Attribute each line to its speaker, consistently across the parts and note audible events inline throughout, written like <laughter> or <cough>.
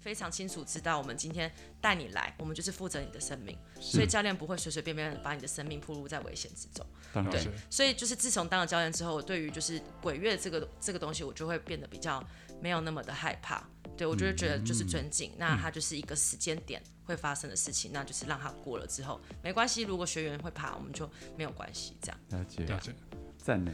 Speaker 1: 非常清楚知道，我们今天带你来，我们就是负责你的生命，所以教练不会随随便便把你的生命暴露在危险之中。
Speaker 2: 当然
Speaker 1: 对啊
Speaker 2: 是，
Speaker 1: 所以就是自从当了教练之后，我对于就是鬼月这个这个东西，我就会变得比较没有那么的害怕。对我就会觉得就是尊敬，那它就是一个时间点会发生的事情，那就是让它过了之后没关系。如果学员会怕，我们就没有关系。这样
Speaker 2: 了解，
Speaker 1: 啊
Speaker 3: 了解。
Speaker 2: 赞呢。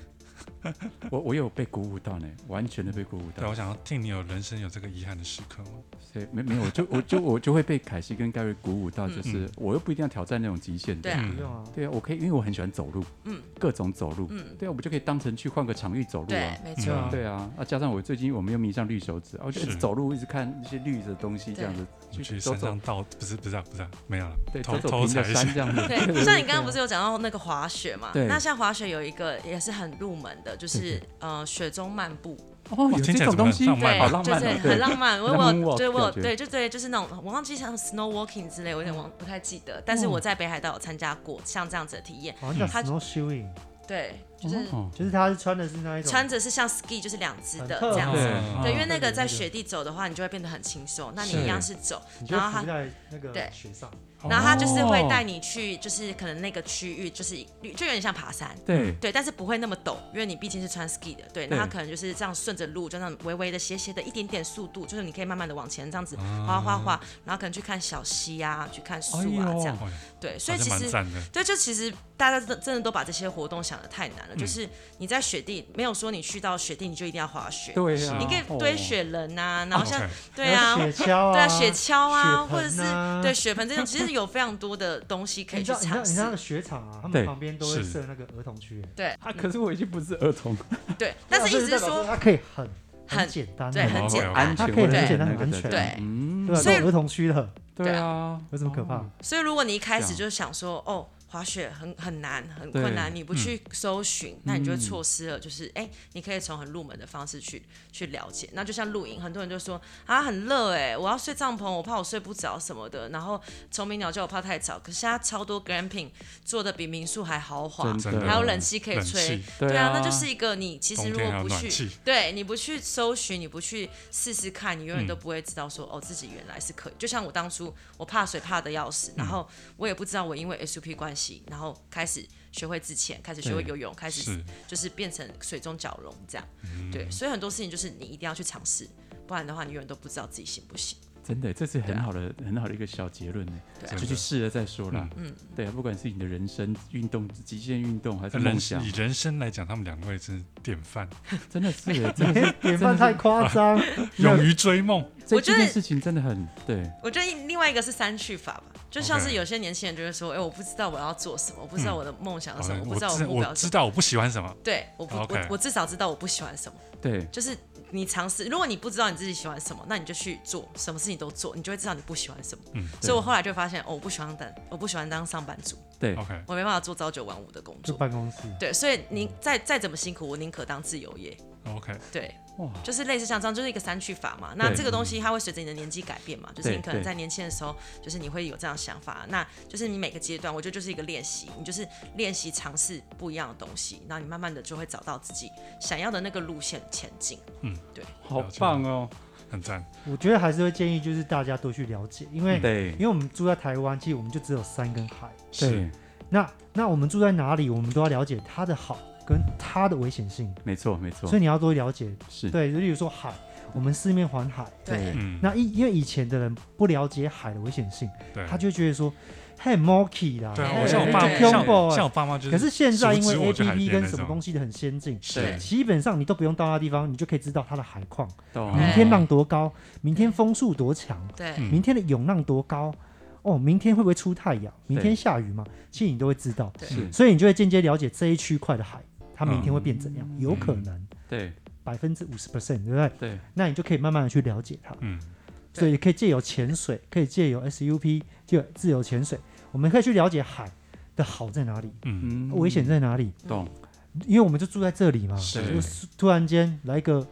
Speaker 2: 啊 <laughs> 我我有被鼓舞到呢，完全的被鼓舞
Speaker 3: 对，啊
Speaker 2: 到
Speaker 3: 我，想要听你有人生有这个遗憾的时刻吗？
Speaker 2: 所以没没有，我就我就我就会被凯西跟盖瑞鼓舞到，
Speaker 1: 嗯
Speaker 2: 就是我又不一定要挑战那种极限的
Speaker 1: 对，啊，
Speaker 3: 嗯
Speaker 4: 不用啊，
Speaker 2: 对啊，我可以，因为我很喜欢走路，
Speaker 1: 嗯，
Speaker 2: 各种走路，
Speaker 1: 嗯
Speaker 2: 对啊，我们就可以当成去换个场域走路
Speaker 1: 对
Speaker 2: 啊，，
Speaker 1: 没
Speaker 3: 对
Speaker 1: 错，
Speaker 3: 啊
Speaker 2: 对啊，啊，加上我最近我们又迷上绿手指，啊，我就一直
Speaker 3: 是
Speaker 2: 走路，一直看那些绿的东西，这样子
Speaker 3: 你去
Speaker 2: 走
Speaker 3: 山
Speaker 2: 走
Speaker 3: 上，倒，不是不是啊，不是啊，没有了，
Speaker 2: 对，
Speaker 3: 偷
Speaker 2: 走
Speaker 3: 偷
Speaker 2: 走平
Speaker 3: 踩
Speaker 2: 的
Speaker 3: 一
Speaker 2: 山
Speaker 3: 下。
Speaker 2: 这样子， <laughs>
Speaker 1: 对，像你刚刚不是有讲到那个滑雪嘛？
Speaker 2: 对
Speaker 1: 那像滑雪有一个也是很入门的，就是
Speaker 2: 对
Speaker 1: 呃雪中漫步，
Speaker 2: 哦，有这
Speaker 3: 听起来
Speaker 2: 种
Speaker 3: 怎么
Speaker 2: 东
Speaker 3: 很
Speaker 2: 西，
Speaker 3: 浪漫
Speaker 1: 对，
Speaker 3: 啊
Speaker 2: 好浪漫
Speaker 1: 就
Speaker 2: 啊
Speaker 1: 是，很
Speaker 2: 对，
Speaker 1: 浪漫。我
Speaker 2: <laughs>
Speaker 1: 我
Speaker 2: Moonwalk
Speaker 1: 有对我有
Speaker 2: 感觉
Speaker 1: 对就对就是那种我忘记像 snow walking 之类，我有点忘不太记得。但是
Speaker 2: 哦
Speaker 1: 我在北海道有参加过像这样子的体验，
Speaker 4: 好像叫
Speaker 1: 他
Speaker 4: snow shoeing，
Speaker 1: 对，就是
Speaker 2: 哦，
Speaker 4: 就是他是穿的是那一种
Speaker 1: 穿着是像 ski 就是两只的
Speaker 4: 很特
Speaker 1: 这样
Speaker 4: 别
Speaker 1: 子。
Speaker 3: 嗯
Speaker 2: 对
Speaker 1: 对，因为那
Speaker 4: 特别
Speaker 1: 个
Speaker 4: 那
Speaker 1: 在
Speaker 4: 个
Speaker 1: 雪地走的话，你就会变得很轻松。那你
Speaker 2: 是
Speaker 1: 一样是走，
Speaker 4: 你就
Speaker 1: 然后
Speaker 4: 浮
Speaker 1: 它，
Speaker 4: 在那个
Speaker 1: 对
Speaker 4: 雪上，
Speaker 1: 然后它就是会带
Speaker 2: 哦，
Speaker 1: 你去，就是可能那个区域，就是就有点像爬山，
Speaker 2: 对，
Speaker 1: 对，但是不会那么陡，因为你毕竟是穿 ski 的，对，那
Speaker 2: 对
Speaker 1: 它可能就是这样顺着路，就那样微微的、斜斜的一点点速度，就是你可以慢慢的往前这样子滑
Speaker 4: 啊
Speaker 1: 滑滑，然后可能去看小溪啊，去看树啊、
Speaker 2: 哎呦
Speaker 1: 这样，
Speaker 3: 哎呀
Speaker 1: 对，所
Speaker 3: 好
Speaker 1: 以
Speaker 3: 像
Speaker 1: 其
Speaker 3: 蛮
Speaker 1: 实。
Speaker 3: 赞的，
Speaker 1: 对，就其实大家真真的都把这些活动想的太难
Speaker 4: 嗯
Speaker 1: 了，就是你在雪地，没有说你去到雪地你就一定要滑雪，
Speaker 2: 对啊，
Speaker 1: 你可以
Speaker 4: 哦
Speaker 1: 堆雪人呐、然后像、
Speaker 3: 哦 OK，
Speaker 1: 对啊，
Speaker 4: 还有雪橇啊，
Speaker 1: 对啊，雪橇啊，
Speaker 4: 雪盆啊
Speaker 1: 或者是对雪盆这种，其实有非常多的东西可
Speaker 4: 你
Speaker 1: 以
Speaker 4: 知
Speaker 1: 去
Speaker 4: 哎道，你知道，
Speaker 1: 尝
Speaker 4: 你知
Speaker 1: 试
Speaker 4: 道那个。雪场啊，他
Speaker 2: 对
Speaker 4: 们旁边都会
Speaker 3: 是
Speaker 4: 设那个儿童区，
Speaker 1: 对
Speaker 2: 哦啊，可是我已经不是儿童，
Speaker 1: 对，但是意思
Speaker 4: 对啊所以
Speaker 1: 是
Speaker 4: 代表
Speaker 1: 说，
Speaker 4: 它可以很
Speaker 1: 很
Speaker 4: 简单啊，
Speaker 1: 对
Speaker 3: 哦
Speaker 1: 很简单
Speaker 2: 安全，
Speaker 4: 它可以
Speaker 2: 或者
Speaker 1: 很
Speaker 4: 简单
Speaker 2: 那个
Speaker 4: 很
Speaker 2: 的
Speaker 4: 安全
Speaker 1: 对
Speaker 2: 嗯
Speaker 4: 对啊，
Speaker 1: 所以哦
Speaker 4: 都儿童区了，
Speaker 2: 对啊，
Speaker 4: 有什么可 <laughs> 怕？
Speaker 1: 所以如果你一开始
Speaker 2: 这样
Speaker 1: 就想说，哦，滑雪很很难，很
Speaker 2: 对
Speaker 1: 困难，你不去搜寻，那你就会
Speaker 2: 嗯
Speaker 1: 错失了。就是哎、你可以从很入门的方式去去了解。那就像露营，很多人就说啊，很热哎、我要睡帐篷，我怕我睡不着什么的。然后虫鸣鸟叫，我怕太吵。可是现在超多 glamping 做的比民宿还豪华，
Speaker 2: 真
Speaker 3: 真
Speaker 2: 的
Speaker 3: 的
Speaker 1: 还有冷气可以
Speaker 3: 冷
Speaker 1: 吹
Speaker 3: 气。
Speaker 2: 对
Speaker 1: 对
Speaker 2: 啊
Speaker 1: 啊，那就是一个你其实
Speaker 3: 冬
Speaker 1: 如
Speaker 3: 天
Speaker 1: 果
Speaker 3: 还有
Speaker 1: 不
Speaker 3: 暖
Speaker 1: 去
Speaker 3: 气，
Speaker 1: 对你不去搜寻，你不去试试看，你永远
Speaker 3: 嗯
Speaker 1: 都不会知道说、哦，自己原来是可以。就像我当初，我怕水怕的要死，
Speaker 3: 嗯
Speaker 1: 然后我也不知道我因为 SUP 关系，然后开始学会自潜，开始学会
Speaker 2: 对
Speaker 1: 游泳，开始
Speaker 3: 是嗯
Speaker 1: 就是变成水中蛟龙这样。对，所以很多事情就是你一定要去尝试，不然的话你永远都不知道自己行不行。
Speaker 2: 真的，这是
Speaker 1: 对
Speaker 2: 很
Speaker 1: 啊
Speaker 2: 好的、很好的一个小结论呢。
Speaker 1: 对啊
Speaker 3: 真
Speaker 2: 就
Speaker 3: 的
Speaker 2: 去试了再说啦。嗯，对啊，不管是你的人生、运动、极限运动，还是梦
Speaker 3: 人
Speaker 2: 想
Speaker 3: 生以，人生来讲，他们两位真是典
Speaker 2: <laughs>
Speaker 3: 范，
Speaker 2: 真
Speaker 1: <laughs>
Speaker 2: 的是真的是
Speaker 4: 典范太夸张，
Speaker 3: 勇于
Speaker 1: <laughs>
Speaker 3: 追梦。
Speaker 2: 这
Speaker 1: 我觉
Speaker 2: 这
Speaker 1: 得
Speaker 2: 件事情真的很对，
Speaker 1: 我觉得另外一个是三去法吧，就像是
Speaker 3: OK 嗯
Speaker 1: 有些年轻人就会说，哎、我不知道我要做什么，我不知道我的梦想哦是什么，我不
Speaker 3: 哦我
Speaker 1: 知道我的
Speaker 3: 知
Speaker 1: 目标
Speaker 3: 我
Speaker 1: 是什
Speaker 3: 知
Speaker 1: 么。
Speaker 3: 道我不喜欢什么，
Speaker 1: 对，我不我
Speaker 3: OK
Speaker 1: 我至少知道我不喜欢什么。
Speaker 2: 对，
Speaker 1: 就是你尝试，如果你不知道你自己喜欢什么，那你就去做，什么事情都做，你就会知道你不喜欢什么。
Speaker 3: 嗯
Speaker 1: 所以我后来就发现，哦，我不喜欢当，我不喜欢当上班族，
Speaker 2: 对，
Speaker 3: ，OK，
Speaker 1: 我没办法做朝九晚五的工
Speaker 4: 就
Speaker 1: 作。
Speaker 4: 办公室，
Speaker 1: 对，所以您再再怎么辛苦，我宁可当自由业。
Speaker 3: OK，
Speaker 1: 对，
Speaker 2: 哇，
Speaker 1: 就是类似像这样，就是一个三去法嘛。那
Speaker 2: 对
Speaker 1: 这个东西它会随着你的年纪改变嘛，就是
Speaker 2: 对
Speaker 1: 你可能在年轻的时候，就是你会有这样的想法，那就是你每个阶段，我觉得就是一个练习，你就是练习尝试不一样的东西，然后你慢慢的就会找到自己想要的那个路线前进。
Speaker 2: 好棒哦！
Speaker 3: 很赞，
Speaker 4: 我觉得还是会建议就是大家多去了解，因为
Speaker 2: 对
Speaker 4: 因为我们住在台湾，其实我们就只有山跟海，
Speaker 3: 是
Speaker 2: 对，
Speaker 4: 那那我们住在哪里，我们都要了解它的好跟它的危险性，
Speaker 2: 没错没错
Speaker 4: 所，以你要多了解。
Speaker 2: 是，
Speaker 4: 对，例如说海，我们四面环海，
Speaker 1: 对，
Speaker 3: 嗯，
Speaker 4: 那因因为以前的人不了解海的危险性，
Speaker 3: 对
Speaker 4: 他就会觉得说，嘿 m o k e y 啦，
Speaker 3: 对啊，
Speaker 4: 嘿
Speaker 3: 我像我
Speaker 4: 嘿
Speaker 3: 爸
Speaker 4: 这
Speaker 3: 妈，像
Speaker 4: 恐怖
Speaker 3: 像
Speaker 4: 欸
Speaker 3: 我爸妈就是，
Speaker 4: 可是现在因为
Speaker 3: 熟知我就
Speaker 4: A
Speaker 3: 海
Speaker 4: P P
Speaker 3: 边那
Speaker 4: 跟什么
Speaker 3: 种
Speaker 4: 东西的很先进，
Speaker 1: 对
Speaker 3: 是
Speaker 4: 基本上你都不用到那地方，你就可以知道它的海况，
Speaker 2: 懂
Speaker 4: 明天浪多高，明天风速多强，
Speaker 1: 对，
Speaker 3: 哦嗯
Speaker 4: 明天的涌浪多高，哦，明天会不会出太阳，明
Speaker 2: 对
Speaker 4: 天下雨吗？其实你都会知道，
Speaker 1: 对
Speaker 2: 是，
Speaker 4: 所以你就会间接了解这一区块的海，它明天会变怎样，
Speaker 3: 嗯
Speaker 4: 有可能
Speaker 2: 对
Speaker 4: 百分之五十 percent，对不对？
Speaker 2: 对
Speaker 4: 那你就可以慢慢的去了解它。
Speaker 3: 嗯，
Speaker 1: 对
Speaker 4: 所以可以借由潜水，可以借由 SUP，借由自由潜水，我们可以去了解海的好在哪里，
Speaker 3: 嗯，
Speaker 2: 嗯
Speaker 4: 危险在哪里。
Speaker 2: 懂，
Speaker 4: 因为我们就住在这里嘛，
Speaker 3: 是
Speaker 4: 就是突然间来一个，哦，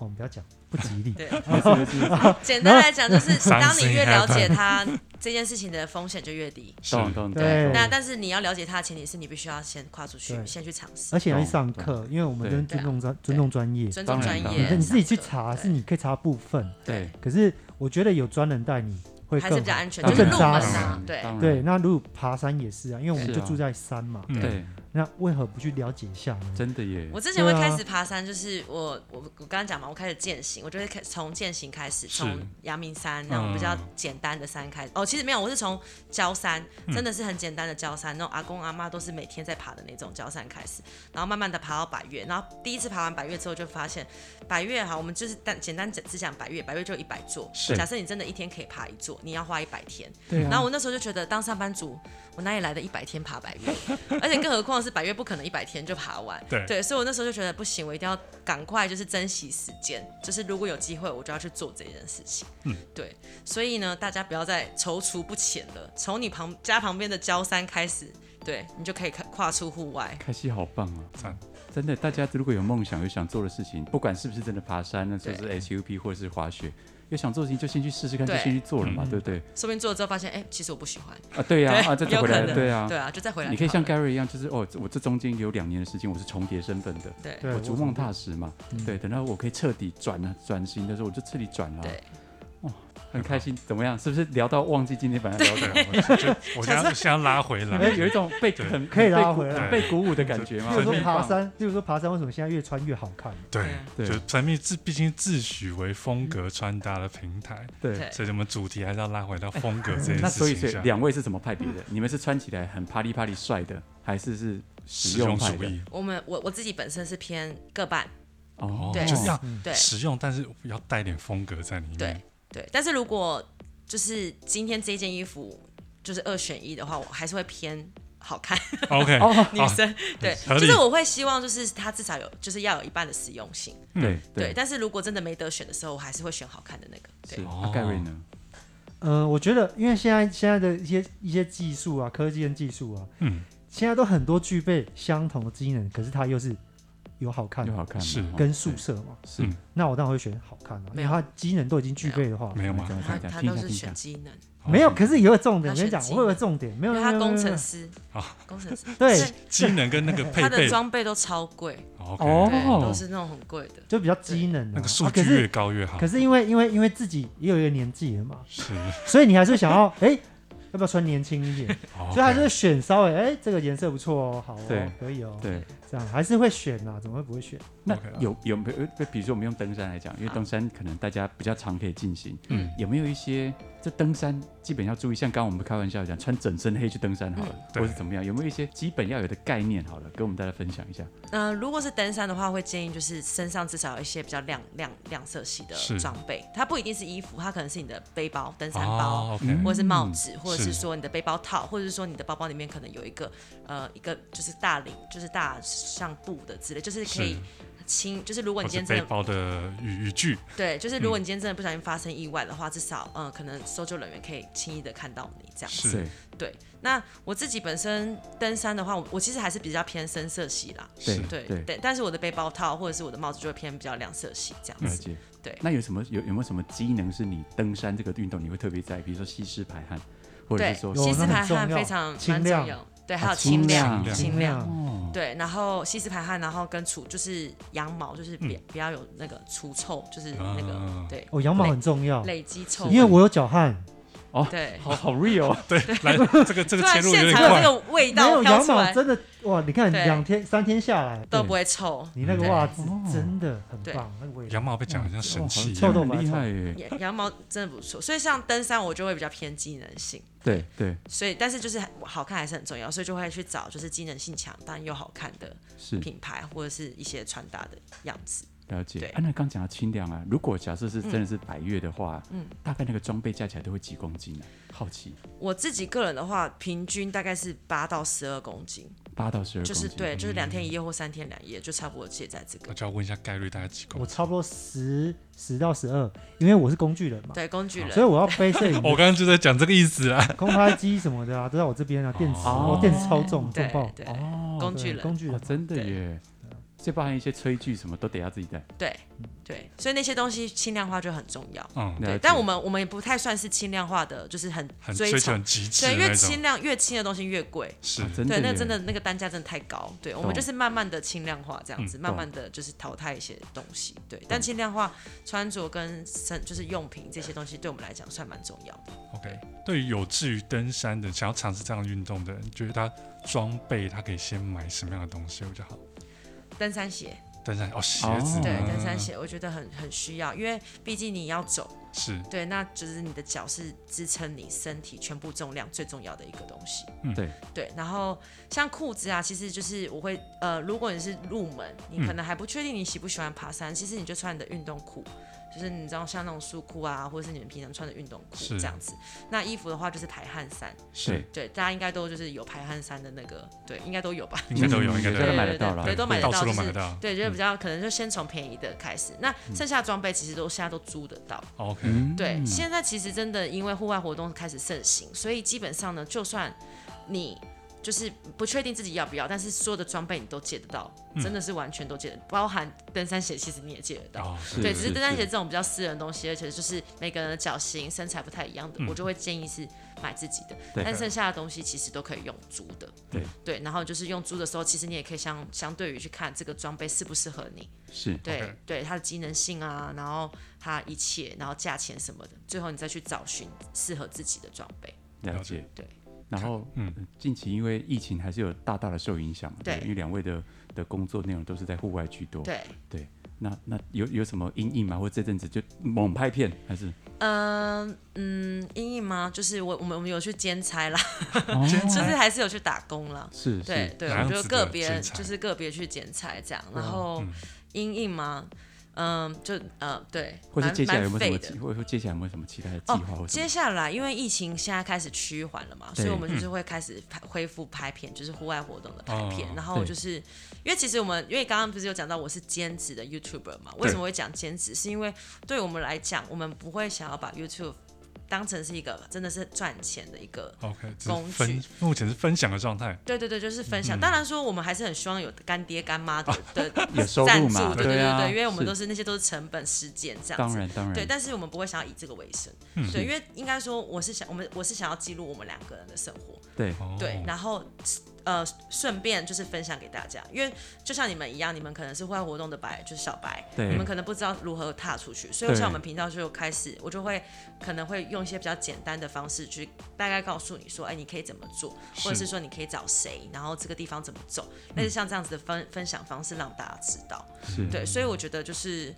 Speaker 4: 我们不要讲不吉利，
Speaker 1: 对，
Speaker 2: 没事没事
Speaker 1: 简单来讲，就是
Speaker 2: <laughs>
Speaker 3: Something
Speaker 1: 当你越了解它，这件事情的风险就越低。
Speaker 3: 是
Speaker 2: 懂懂懂
Speaker 4: 对，
Speaker 1: 那但是你要了解它的前提是你必须要先跨出去，
Speaker 4: 对
Speaker 1: 先去尝试，
Speaker 4: 而且要去
Speaker 2: 懂
Speaker 4: 上
Speaker 2: 懂
Speaker 4: 课，因为我们
Speaker 2: 对
Speaker 4: 真尊重专尊重专业，
Speaker 1: 尊重
Speaker 2: 当然
Speaker 1: 哦专
Speaker 2: 当
Speaker 1: 业。
Speaker 2: 然
Speaker 4: 你自己去
Speaker 1: 上课
Speaker 4: 查
Speaker 1: 对
Speaker 4: 是你可以查部分，
Speaker 2: 对，
Speaker 4: 可是我觉得有专人带你会
Speaker 1: 还是
Speaker 4: 更
Speaker 1: 比较
Speaker 4: 好。
Speaker 1: 安全，
Speaker 4: 啊
Speaker 1: 就是入门
Speaker 4: 更扎
Speaker 1: 啊
Speaker 2: 实，
Speaker 1: 对
Speaker 2: 当然
Speaker 4: 对，那如果爬山也是啊，因为我们
Speaker 2: 是啊
Speaker 4: 就住在山嘛，
Speaker 3: 嗯
Speaker 2: 对，
Speaker 4: 那为何不去了解一下呢？
Speaker 2: 真的耶
Speaker 1: 我，之前会
Speaker 4: 对啊
Speaker 1: 开始爬山，就是我我我刚刚讲嘛，我开始践行，我就会开从践行开始，
Speaker 3: 是
Speaker 1: 从阳明山那种比较简单的山
Speaker 4: 嗯
Speaker 1: 开始。哦，其实没有，我是从焦山，真的是很简单的焦山，那种阿公阿妈都是每天在爬的那种焦山开始，然后慢慢的爬到百越，然后第一次爬完百越之后就发现，百越哈，我们就是单简单只只讲百越，百越就一百座，
Speaker 3: 是
Speaker 1: 假设你真的一天可以爬一座，你要花一百天，
Speaker 4: 对
Speaker 1: 然
Speaker 4: 啊
Speaker 1: 后，我那时候就觉得，当上班族，我哪里来的一百天爬百
Speaker 2: <laughs>
Speaker 1: 越？而且更何况是百越，不可能一百天就爬完。
Speaker 3: 对
Speaker 1: 所以我那时候就觉得不行，我一定要赶快，就是珍惜时间，就是如果有机会，我就要去做这件事情。
Speaker 3: 嗯，
Speaker 1: 对。所以呢，大家不要再踌躇不前了，从你旁家旁边的焦山开始，对你就可以跨跨出户外。
Speaker 2: 开西好棒啊！
Speaker 3: 赞，
Speaker 2: 真的，大家如果有梦想、有想做的事情，不管是不是真的爬山，那就
Speaker 1: 对
Speaker 2: 是 SUP 或者是滑雪，有想做的事情就先去试试看，就
Speaker 1: 对
Speaker 2: 先去做了嘛，
Speaker 3: 嗯
Speaker 2: 对不对？
Speaker 1: 说不定做了之后发现，哎、其实我不喜欢。
Speaker 2: 啊，对呀，啊，再
Speaker 1: 有
Speaker 2: 再
Speaker 1: 可
Speaker 2: 回来，
Speaker 1: 能
Speaker 2: 对啊
Speaker 1: 对，啊，就再回来就好了。
Speaker 2: 你可以像 Gary 一样，就是哦，我这中间有两年的时间我是重叠身份的，
Speaker 1: 对
Speaker 4: 对
Speaker 2: 我逐梦踏实嘛，
Speaker 4: 嗯
Speaker 2: 对，等到我可以彻底转了转型的时候，我就彻底转了，啊哦
Speaker 1: 对，
Speaker 2: 很开心，怎么样？是不是聊到忘记今天本来聊的？
Speaker 3: 对，我是觉得我现在想要拉回来，
Speaker 2: 哎，有一种被很
Speaker 4: 可以
Speaker 2: 被
Speaker 4: 拉
Speaker 2: 鼓
Speaker 4: 回来
Speaker 2: 很被鼓舞的感觉
Speaker 3: 啊
Speaker 2: 嘛。
Speaker 4: 例如说
Speaker 2: 很
Speaker 4: 爬
Speaker 2: 棒，
Speaker 4: 山，例如说爬山，为什么现在越穿越好看？
Speaker 3: 对，
Speaker 2: 对
Speaker 3: 就陈密自毕竟自诩为风格穿搭的平台，
Speaker 2: 对
Speaker 1: 对。
Speaker 3: 所以我们主题还是要拉回到风格这件
Speaker 2: 那所以，
Speaker 3: 事情
Speaker 2: 所以
Speaker 3: 上，
Speaker 2: 两位是怎么派别的？你们是穿起来很啪里啪里帅的，还是是
Speaker 3: 实
Speaker 2: 实
Speaker 3: 用
Speaker 2: 用派
Speaker 3: 主
Speaker 2: 的？
Speaker 3: 义
Speaker 1: 我们我我自己本身是偏各半，
Speaker 2: 哦，
Speaker 1: 对
Speaker 3: 就是要
Speaker 1: 对，
Speaker 3: 实用，但是要带点风格在里面
Speaker 1: 对。对，但是如果就是今天这件衣服就是二选一的话，我还是会偏好看
Speaker 3: OK，
Speaker 2: 哦，
Speaker 1: <laughs> 女生。对，
Speaker 3: 合理
Speaker 1: 就是我会希望就是它至少有就是要有一半的实用性。
Speaker 2: 对
Speaker 1: 对，，但是如果真的没得选的时候，我还是会选好看的那个。
Speaker 2: 是
Speaker 1: 对，
Speaker 2: 啊盖瑞呢？
Speaker 4: 呃，我觉得因为现在现在的一些一些技术啊，科技跟技术啊，
Speaker 3: 嗯，
Speaker 4: 现在都很多具备相同的机能，可是它又是有好看
Speaker 2: 又好看嘛，
Speaker 3: 是
Speaker 2: 哦
Speaker 4: 跟宿舍嘛，
Speaker 2: 是
Speaker 3: 嗯
Speaker 4: 那我当然会选好看啊，因
Speaker 1: 没
Speaker 4: 为
Speaker 1: 有
Speaker 4: 它机能都已经具备的话，
Speaker 3: 没有吗？
Speaker 2: 讲
Speaker 1: 他
Speaker 2: 讲
Speaker 1: 他
Speaker 2: 听
Speaker 1: 都
Speaker 2: 一下
Speaker 1: 是
Speaker 2: 听一下
Speaker 1: 选，机能，
Speaker 4: 没有，可是也有重点。我
Speaker 1: 它
Speaker 4: 跟
Speaker 1: 选
Speaker 4: 你讲，
Speaker 1: 机
Speaker 4: 我有个重点，没有
Speaker 1: 因为
Speaker 4: 没有
Speaker 1: 他
Speaker 4: 没有
Speaker 1: 工
Speaker 4: 没有
Speaker 1: 程师
Speaker 3: 啊，
Speaker 1: 工程师
Speaker 4: 对
Speaker 1: 是
Speaker 3: 机能跟那个配
Speaker 1: 他的
Speaker 3: 备
Speaker 1: 装备都超贵，
Speaker 3: 哦
Speaker 2: 哦
Speaker 3: ，OK，
Speaker 1: 对，都是那种很贵的。
Speaker 4: 就比较机能啊
Speaker 3: 那个
Speaker 4: 啊
Speaker 3: 数
Speaker 4: 可
Speaker 3: 据越
Speaker 4: 是
Speaker 3: 高越好
Speaker 4: 可。是因为因为因为自己也有一个年纪了嘛，
Speaker 3: 是，
Speaker 4: 所以你还是想要哎，要不要穿年轻一点？
Speaker 3: 哦
Speaker 4: 所以还
Speaker 3: OK
Speaker 4: 是选稍微哎，这个颜色不错哦，好
Speaker 2: 对
Speaker 4: 哦，可以哦，
Speaker 2: 对。
Speaker 4: 这样还是会选呐，怎么会不会选？
Speaker 2: 那
Speaker 3: OK
Speaker 2: 有有没有？呃比如说我们用登山来讲，因为
Speaker 1: 好
Speaker 2: 登山可能大家比较常可以进行，
Speaker 3: 嗯，
Speaker 2: 有没有一些这登山基本要注意？像刚刚我们开玩笑讲，穿整身黑去登山好了，
Speaker 3: 对
Speaker 2: 或是怎么样？有没有一些基本要有的概念？好了，跟我们大家分享一下。
Speaker 1: 呃，如果是登山的话，会建议就是身上至少有一些比较亮亮亮色系的
Speaker 3: 是
Speaker 1: 装备，它不一定是衣服，它可能是你的背包、登山包，
Speaker 3: 哦
Speaker 2: 嗯
Speaker 3: ，OK，
Speaker 1: 或者是帽子，或者是
Speaker 3: 是
Speaker 1: 说你的背包套，或者是说你的包包里面可能有一个呃一个就是大领，就是大像布的之类，就是可以
Speaker 3: 是
Speaker 1: 轻，就是如果
Speaker 3: 或
Speaker 1: 你
Speaker 3: 者
Speaker 1: 今天真
Speaker 3: 背
Speaker 1: 的
Speaker 3: 包嗯的语语句，
Speaker 1: 对，就是如果你今天真的不小心发生意外的话，至少嗯、呃可能搜救人员可以轻易的看到你这样子。
Speaker 3: 是
Speaker 2: 对
Speaker 1: 对，那我自己本身登山的话，我我其实还是比较偏深色系啦。
Speaker 3: 是
Speaker 1: 对
Speaker 2: 对
Speaker 1: 对，但是我的背包套或者是我的帽子就会偏比较亮色系这样
Speaker 2: 了
Speaker 3: 嗯
Speaker 1: 子。
Speaker 2: 解。
Speaker 1: 对
Speaker 2: 那有什么有有没有什么机能是你登山这个运动你会特别在意？比如说吸湿排汗，或者
Speaker 1: 对，
Speaker 2: 是说
Speaker 4: 有
Speaker 1: 吸湿
Speaker 4: 那很
Speaker 1: 排
Speaker 4: 重
Speaker 1: 汗非
Speaker 4: 要
Speaker 1: 常
Speaker 4: 清
Speaker 1: 蛮重
Speaker 4: 亮
Speaker 1: 要，对，
Speaker 2: 啊
Speaker 1: 还有
Speaker 2: 清
Speaker 1: 清
Speaker 2: 亮
Speaker 1: 亮，
Speaker 3: 清
Speaker 1: 清
Speaker 4: 亮
Speaker 1: 亮。
Speaker 2: 哦，
Speaker 1: 对，然后吸湿排汗，然后跟除就是羊毛，就是别、不要有那个除臭，就是那个、
Speaker 3: 嗯啊
Speaker 1: 对
Speaker 4: 哦，羊毛很重要，
Speaker 1: 累积臭味，
Speaker 4: 因为我有脚汗，
Speaker 1: 对，
Speaker 2: 好好
Speaker 1: <laughs>
Speaker 2: real 啊！
Speaker 3: 对，来这个
Speaker 1: 突
Speaker 3: 这个
Speaker 1: 然
Speaker 3: 切入有
Speaker 1: 现
Speaker 3: 点
Speaker 1: 场有
Speaker 3: 快
Speaker 1: 这，个味
Speaker 4: 没
Speaker 1: 道
Speaker 4: 有
Speaker 1: 飘
Speaker 4: 羊
Speaker 1: 出
Speaker 4: 毛
Speaker 1: 来
Speaker 4: 真的哇！你看
Speaker 1: 对
Speaker 4: 两天三天下来
Speaker 1: 都
Speaker 4: 对
Speaker 1: 不会臭，
Speaker 3: 嗯
Speaker 4: 你那个
Speaker 1: 对
Speaker 4: 袜子
Speaker 2: 哦
Speaker 4: 真的很
Speaker 1: 对
Speaker 4: 棒，那个味道。
Speaker 3: 羊毛被讲得像神器一
Speaker 4: 臭
Speaker 3: 样，
Speaker 4: 豆
Speaker 2: 很
Speaker 4: 腐还
Speaker 2: 厉
Speaker 4: 臭
Speaker 2: 害耶！
Speaker 1: 羊羊毛真的不错。所以像登山，我就会比较偏机能性，
Speaker 2: 对对
Speaker 1: 所以但是就是好看还是很重要，所以就会去找就是机能性强但又好看的
Speaker 2: 是
Speaker 1: 品牌或者是一些穿搭的样子。
Speaker 2: 了解。
Speaker 1: 对
Speaker 2: 啊，那刚讲到清凉啊，如果假设是真的是百越的话，嗯，大概那个装备加起来都会几公斤呢？好奇，
Speaker 1: 我自己个人的话，平均大概是八到十二公斤，
Speaker 2: 八到十二
Speaker 1: 就
Speaker 2: 公
Speaker 1: 是
Speaker 2: 斤，
Speaker 1: 对，就是两天一夜或三天两夜，就差不多介在这个
Speaker 3: 我。就要问一下概率大概几公
Speaker 4: 我
Speaker 3: 斤？
Speaker 4: 差不多十十到十二，因为我是工具人嘛，
Speaker 1: 对，工具人
Speaker 4: 嗯所以。我要背摄影
Speaker 2: <laughs>
Speaker 3: 我刚刚就在讲这个意思
Speaker 1: <laughs>
Speaker 3: 啊，
Speaker 4: 的空拍机什么的啊，都在我这边啊，电池
Speaker 2: 哦
Speaker 4: 哦，电池超重，重
Speaker 1: 对
Speaker 4: 爆，
Speaker 1: 对，
Speaker 2: 哦，
Speaker 1: 工具
Speaker 4: 对
Speaker 1: 人
Speaker 4: 工具
Speaker 2: 哦
Speaker 4: 人，
Speaker 2: 真的
Speaker 1: 对
Speaker 2: 耶！所以包含一些炊具什么都得要自己带。
Speaker 1: 对对，所以那些东西轻量化就很重要。
Speaker 3: 嗯，
Speaker 2: 了
Speaker 1: 对
Speaker 2: 解，
Speaker 1: 但我们我们也不太算是轻量化的，就是很
Speaker 3: 很
Speaker 1: 追
Speaker 3: 追
Speaker 1: 求
Speaker 3: 求很极致
Speaker 1: 对，
Speaker 3: 的
Speaker 1: 越
Speaker 3: 那
Speaker 1: 轻
Speaker 3: 种，
Speaker 1: 量越轻的东西越贵。
Speaker 3: 是
Speaker 2: 啊真的
Speaker 1: 对，那
Speaker 2: 耶
Speaker 1: 真的那个单价真的太高。对，我们
Speaker 2: 懂嗯
Speaker 1: 就是慢慢的轻量化这样子，慢
Speaker 2: 懂
Speaker 1: 慢的就是淘汰一些东西。对，但轻量化穿着跟生就是用品这些东西，对我们来讲算蛮重要的。
Speaker 3: OK。对于有志于登山的，想要尝试这样的运动的人，你觉得他装备他可以先买什么样的东西会比较好？
Speaker 1: 登山鞋，
Speaker 3: 登山哦，鞋子
Speaker 2: 哦
Speaker 1: 对，
Speaker 3: 嗯
Speaker 1: 登山鞋我觉得很很需要，因为毕竟你要走，
Speaker 3: 是
Speaker 1: 对，那就是你的脚是支撑你身体全部重量最重要的一个东西。
Speaker 3: 嗯
Speaker 2: 对
Speaker 1: 对，然后像裤子啊，其实就是我会呃，如果你是入门，
Speaker 3: 嗯
Speaker 1: 你可能还不确定你喜不喜欢爬山，其实你就穿你的运动裤。就是你知道像那种束裤啊，或者是你们平常穿的运动裤
Speaker 3: 是
Speaker 1: 这样子。那衣服的话就是排汗衫，
Speaker 3: 是，
Speaker 1: 对，大家应该都就是有排汗衫的那个，对，应该都有
Speaker 3: <laughs>
Speaker 1: 吧？
Speaker 3: 应该都有，
Speaker 2: 嗯
Speaker 3: 应该都
Speaker 2: 大家
Speaker 1: 对
Speaker 2: 都
Speaker 3: 有
Speaker 2: 买
Speaker 1: 对
Speaker 2: 得到啦
Speaker 1: 对，都买得
Speaker 3: 到
Speaker 1: 到，
Speaker 3: 处
Speaker 1: 就
Speaker 3: 都买得
Speaker 1: 是
Speaker 3: 到。嗯
Speaker 1: 对，就是比较可能就先从便宜的开始。那剩下的装备其实都现在都租得到。
Speaker 3: OK，
Speaker 2: 嗯，
Speaker 1: 对，现在其实真的因为户外活动开始盛行，所以基本上呢，就算你就是不确定自己要不要，但是所有的装备你都借得到，
Speaker 2: 嗯
Speaker 1: 真的是完全都借得，包含登山鞋，其实你也借得到。
Speaker 3: 哦，
Speaker 2: 是
Speaker 1: 对，只是登山鞋这种比较私人的东西，而且就是每个人的脚型、身材不太一样的，我就会建议是买自己的。
Speaker 2: 嗯对
Speaker 1: 但剩下的东西其实都可以用租的。
Speaker 2: 对
Speaker 1: 对，然后就是用租的时候，其实你也可以相相对于去看这个装备适不适合你。
Speaker 2: 是
Speaker 1: 对
Speaker 3: OK
Speaker 1: 对，它的机能性啊，然后它一切，然后价钱什么的，最后你再去找寻适合自己的装备。
Speaker 2: 了
Speaker 3: 了
Speaker 2: 解
Speaker 3: 解。
Speaker 1: 对。
Speaker 2: 然后，
Speaker 3: 嗯
Speaker 2: 嗯，近期因为疫情还是有大大的受影响嘛，
Speaker 1: 对
Speaker 2: 因为两位的的工作内容都是在户外居多。
Speaker 1: 对，
Speaker 2: 那那有有什么阴影吗？或者这阵子就猛拍片，还是
Speaker 1: 嗯嗯，阴影吗？就是我我们我们有去兼差
Speaker 2: <laughs>
Speaker 1: 啦，
Speaker 3: 兼
Speaker 1: 就是
Speaker 3: 差
Speaker 1: 还是有去打工啦。
Speaker 2: 哦是
Speaker 1: 对
Speaker 2: 嗯是
Speaker 1: 对，
Speaker 3: 哪
Speaker 1: 我
Speaker 3: 样
Speaker 1: 就
Speaker 3: 子
Speaker 1: 个
Speaker 3: 的
Speaker 1: 别
Speaker 3: 兼差
Speaker 1: 就是个别去剪裁这样，然
Speaker 2: 哇
Speaker 1: 后
Speaker 3: 嗯
Speaker 1: 阴影吗？嗯，就呃对，
Speaker 2: 或者
Speaker 1: 蛮
Speaker 2: 接下来有没
Speaker 1: 蛮
Speaker 2: 有
Speaker 1: 废
Speaker 2: 什么
Speaker 1: 的
Speaker 2: 计，。或者说接下来有没有什么其他的计
Speaker 1: 哦
Speaker 2: 划，或什
Speaker 1: 接
Speaker 2: 么？
Speaker 1: 下来因为疫情现在开始趋缓了嘛，
Speaker 2: 对嗯
Speaker 1: 所以我们就是会开始拍恢复拍片，就是户外活动的拍片。
Speaker 3: 哦
Speaker 1: 然后我就
Speaker 2: 对
Speaker 1: 是因为其实我们因为刚刚不是有讲到我是兼职的 YouTuber 嘛，为什么会讲兼职？是因为对我们来讲，我们不会想要把 YouTube 当成是一个真的是赚钱的一个
Speaker 3: OK，只
Speaker 1: 工
Speaker 3: 是
Speaker 1: 具
Speaker 3: 分目前是分享的状态，
Speaker 1: 对对对，就是分
Speaker 2: 嗯
Speaker 1: 享。当然说，我们还是很希望有干爹干妈的的
Speaker 2: 有 <laughs> 收
Speaker 1: 赞
Speaker 2: 入
Speaker 1: 助
Speaker 2: 嘛？
Speaker 1: 对对
Speaker 2: 啊，
Speaker 1: 因为我们
Speaker 2: 是
Speaker 1: 都是那些都是成本时间这样
Speaker 2: 当
Speaker 1: 子。
Speaker 2: 然当然
Speaker 1: 对，但是我们不会想要以这个为生，对，因为应该说我是想，我们我是想要记录我们两个人的生活，
Speaker 2: 对
Speaker 3: 哦
Speaker 1: 对，然后呃，顺便就是分享给大家，因为就像你们一样，你们可能是户外活动的白，就是小白，
Speaker 2: 对
Speaker 1: 你们可能不知道如何踏出去，所以
Speaker 2: 对
Speaker 1: 像我们频道就开始，我就会可能会用一些比较简单的方式去大概告诉你说，哎，你可以怎么做，或者是说你可以找谁，然后这个地方怎么走，类似像这样子的分分享方式让大家知道。
Speaker 2: 是
Speaker 1: 对，所以我觉得就是，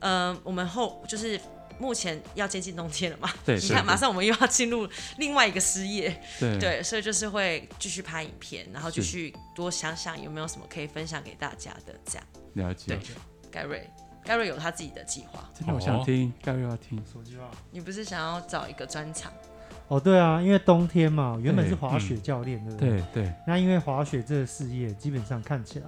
Speaker 1: 呃，我们后就是。目前要接近冬天了嘛？
Speaker 2: 对
Speaker 1: 你
Speaker 2: 是
Speaker 1: 看，马上我们又要进入另外一个失业，
Speaker 2: 对
Speaker 1: 对，所以就是会继续拍影片，然后继
Speaker 2: 是
Speaker 1: 续多想想有没有什么可以分享给大家的。这样，
Speaker 2: 了解
Speaker 1: 对。盖瑞，盖瑞有他自己的计划。
Speaker 2: 真的，我想听，盖瑞要听。
Speaker 4: 手机
Speaker 1: 你不是想要找一个专场？
Speaker 4: 哦，对啊，因为冬天嘛，原
Speaker 2: 嗯
Speaker 4: 本是滑雪教练，对不对？
Speaker 2: 对对，
Speaker 4: 那因为滑雪这个事业，基本上看起来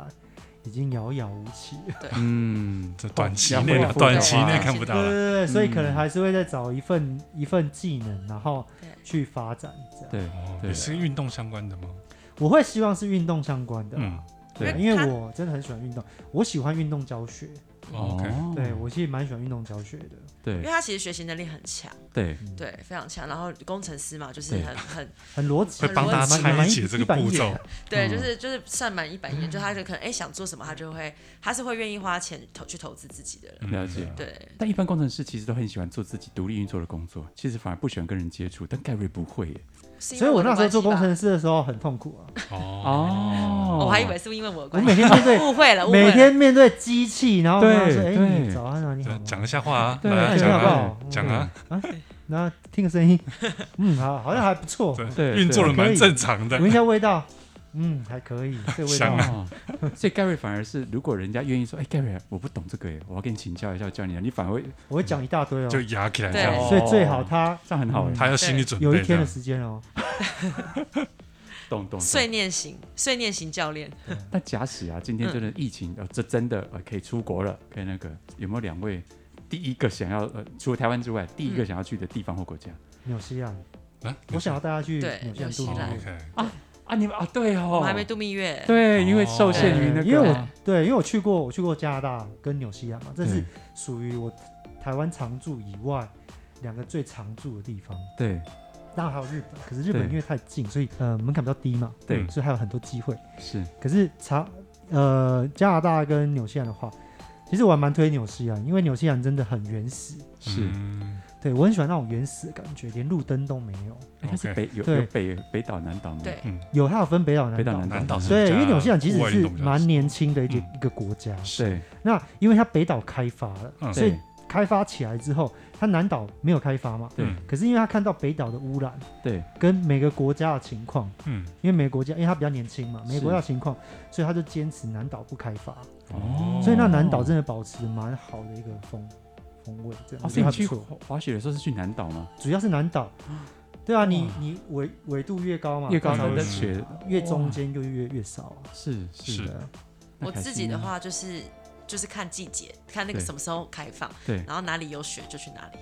Speaker 4: 已经遥遥无期
Speaker 3: 啊
Speaker 4: <laughs> 了。
Speaker 2: 嗯，
Speaker 3: 这短期
Speaker 2: 要
Speaker 3: 内
Speaker 2: 恢
Speaker 3: 啊，
Speaker 2: 复
Speaker 3: 短
Speaker 2: 的
Speaker 3: 期
Speaker 2: 话
Speaker 3: 内看不到
Speaker 4: 对
Speaker 3: 了，
Speaker 4: 对对对，所以可
Speaker 2: 嗯
Speaker 4: 能还是会再找一份一份技能，然后
Speaker 1: 对
Speaker 4: 去发展这样。
Speaker 2: 对
Speaker 3: 哦，
Speaker 2: 对啊
Speaker 3: 也是运动相关的吗？
Speaker 4: 我会希望是运动相关的啦，
Speaker 3: 嗯
Speaker 2: 对
Speaker 4: 对，
Speaker 2: 啊
Speaker 4: 因为
Speaker 1: 他
Speaker 4: 我真的很喜欢运动，我喜欢运动教学，
Speaker 3: 哦
Speaker 2: 哦
Speaker 3: ，OK，
Speaker 4: 对我其实蛮喜欢运动教学的。
Speaker 1: 因为
Speaker 2: 对
Speaker 1: 他其实学习能力很强，
Speaker 2: 对，
Speaker 1: 对，非常强。然后工程师嘛，就是
Speaker 2: 对 <laughs>
Speaker 1: 很很
Speaker 4: 很逻辑，
Speaker 3: 会帮大家
Speaker 4: 蛮蛮
Speaker 3: 拆解这个步骤，
Speaker 1: 对，
Speaker 2: 嗯
Speaker 1: 就是就是算蛮一板一眼，就他就可能哎、想做什么，他就会他是会愿意花钱投去投资自己的人。
Speaker 3: 嗯
Speaker 2: 了解
Speaker 1: 对，
Speaker 2: 但一般工程师其实都很喜欢做自己独立运作的工作，其实反而不喜欢跟人接触。但盖瑞不会耶。
Speaker 1: 是因
Speaker 4: 所以
Speaker 1: 为
Speaker 4: 我
Speaker 1: 的
Speaker 4: 那时候
Speaker 1: 关
Speaker 4: 做
Speaker 1: 系吧
Speaker 4: 工程师的时候很痛苦啊，
Speaker 3: 哦，
Speaker 1: 哦，我还以为是因为我的
Speaker 4: 我
Speaker 1: 关系，
Speaker 4: 每天面对
Speaker 1: <laughs> 误会了，误会
Speaker 4: 每
Speaker 1: 了。
Speaker 4: 天面对机器，然后跟他说：“
Speaker 2: 对
Speaker 4: 哎，
Speaker 2: 对
Speaker 4: 你早安啊，你好
Speaker 3: 对
Speaker 4: 吗。
Speaker 3: 讲一下话啊，
Speaker 2: 对
Speaker 3: 来啊
Speaker 4: 对
Speaker 3: 讲
Speaker 4: 好不
Speaker 3: 啊
Speaker 4: 好，
Speaker 3: 讲啊，
Speaker 4: 然后听个声音， <laughs> 嗯，好，好像还不错。
Speaker 2: 对
Speaker 3: 运作的
Speaker 4: 可
Speaker 3: 蛮
Speaker 4: 以
Speaker 3: 正常的
Speaker 4: 闻，一下味道，嗯，还可以，这个味道
Speaker 3: 香
Speaker 4: 啊。
Speaker 2: 哦， <laughs> 所以盖瑞反而是，如果人家愿意说，哎，盖瑞，我不懂这个耶，我要跟你请教一下，我教你啊，你反而会这
Speaker 4: 我会讲一大堆哦。
Speaker 3: 就压起来这
Speaker 1: 对
Speaker 3: 样，
Speaker 4: 所以最好他
Speaker 2: 样很好耶。
Speaker 3: 他要心理准
Speaker 4: 有
Speaker 3: 备
Speaker 4: 一
Speaker 3: 这
Speaker 4: 天的
Speaker 3: 样，
Speaker 4: 时间哦。
Speaker 2: 懂懂。
Speaker 1: 碎
Speaker 2: 懂。
Speaker 1: 念型，碎念型教练。
Speaker 2: 但假使啊，
Speaker 1: 嗯
Speaker 2: 今天真的疫情，呃，这真的呃可以出国了，可以那个，有没有两位第一个想要呃，除了台湾之外，第一
Speaker 1: 嗯
Speaker 2: 个想要去的地方或国家？
Speaker 4: 纽西兰，
Speaker 3: 啊
Speaker 4: 我想要带他去
Speaker 1: 对
Speaker 4: 纽西兰
Speaker 1: 纽西
Speaker 4: 度
Speaker 1: 兰
Speaker 4: 蜜月。
Speaker 3: 哦，OK，
Speaker 2: 啊，你们啊，对哦，
Speaker 1: 我们还没度蜜月，
Speaker 2: 对，因为受限于那个，
Speaker 4: 哦
Speaker 2: 啊
Speaker 4: 因为我对，因为我去过，我去过加拿大跟纽西兰嘛，这是
Speaker 2: 对
Speaker 4: 属于我台湾常住以外两个最常住的地方。
Speaker 2: 对
Speaker 4: 当然还有日本，可是日本
Speaker 2: 对
Speaker 4: 因为太近，所以呃门槛比较低嘛，
Speaker 2: 对
Speaker 4: 嗯所以还有很多机会。
Speaker 2: 是
Speaker 4: 可是查呃加拿大跟纽西兰的话，其实我还蛮推纽西兰，因为纽西兰真的很原始，
Speaker 2: 是，
Speaker 3: 嗯
Speaker 4: 对我很喜欢那种原始的感觉，连路灯都没有。
Speaker 2: 哎它是
Speaker 3: OK
Speaker 2: 北有
Speaker 4: 对
Speaker 2: 有北北岛南岛吗？
Speaker 3: 嗯
Speaker 1: 对
Speaker 4: 有它有分北岛南
Speaker 2: 北岛
Speaker 4: 岛
Speaker 2: 南，
Speaker 3: 南岛是
Speaker 4: 嗯对，
Speaker 3: 比较
Speaker 4: 因为纽西兰其实
Speaker 3: 户外运
Speaker 4: 是
Speaker 3: 动比较
Speaker 4: 蛮年轻的一个
Speaker 3: 嗯
Speaker 4: 一个国家，
Speaker 2: 对
Speaker 4: 那因为它北岛开发了，
Speaker 3: 嗯
Speaker 4: 所以
Speaker 2: 对
Speaker 4: 开发起来之后，它南岛没有开发嘛。
Speaker 2: 对
Speaker 3: 嗯
Speaker 4: 可是因为他看到北岛的污染
Speaker 2: 对
Speaker 4: 跟每个国家的情况，
Speaker 3: 嗯
Speaker 4: 因为每个国家因为它比较年轻嘛，每个
Speaker 2: 是
Speaker 4: 国家的情况，所以他就坚持南岛不开发，
Speaker 2: 哦
Speaker 4: 所以那南岛真的啊保持蛮好的一个风风味，这
Speaker 2: 哦，
Speaker 4: 样
Speaker 2: 所
Speaker 4: 我觉
Speaker 2: 以你
Speaker 4: 得还不
Speaker 2: 去
Speaker 4: 错。
Speaker 2: 滑滑雪的时候是去南岛吗？
Speaker 4: 主要是南岛，对啊，你
Speaker 2: 哇
Speaker 4: 你纬纬度越高嘛，
Speaker 2: 越高
Speaker 4: 它才
Speaker 2: 它
Speaker 4: 会
Speaker 2: 的
Speaker 3: 是
Speaker 2: 雪
Speaker 4: 越中间就越越少啊。
Speaker 2: 是是
Speaker 3: 是
Speaker 4: 对啊
Speaker 2: 那
Speaker 1: 我
Speaker 2: 开
Speaker 1: 自己的
Speaker 2: 心啊
Speaker 1: 话就是就是看季节，看那个
Speaker 2: 对
Speaker 1: 什么时候开放，
Speaker 2: 对
Speaker 1: 然后哪里有雪就去哪里。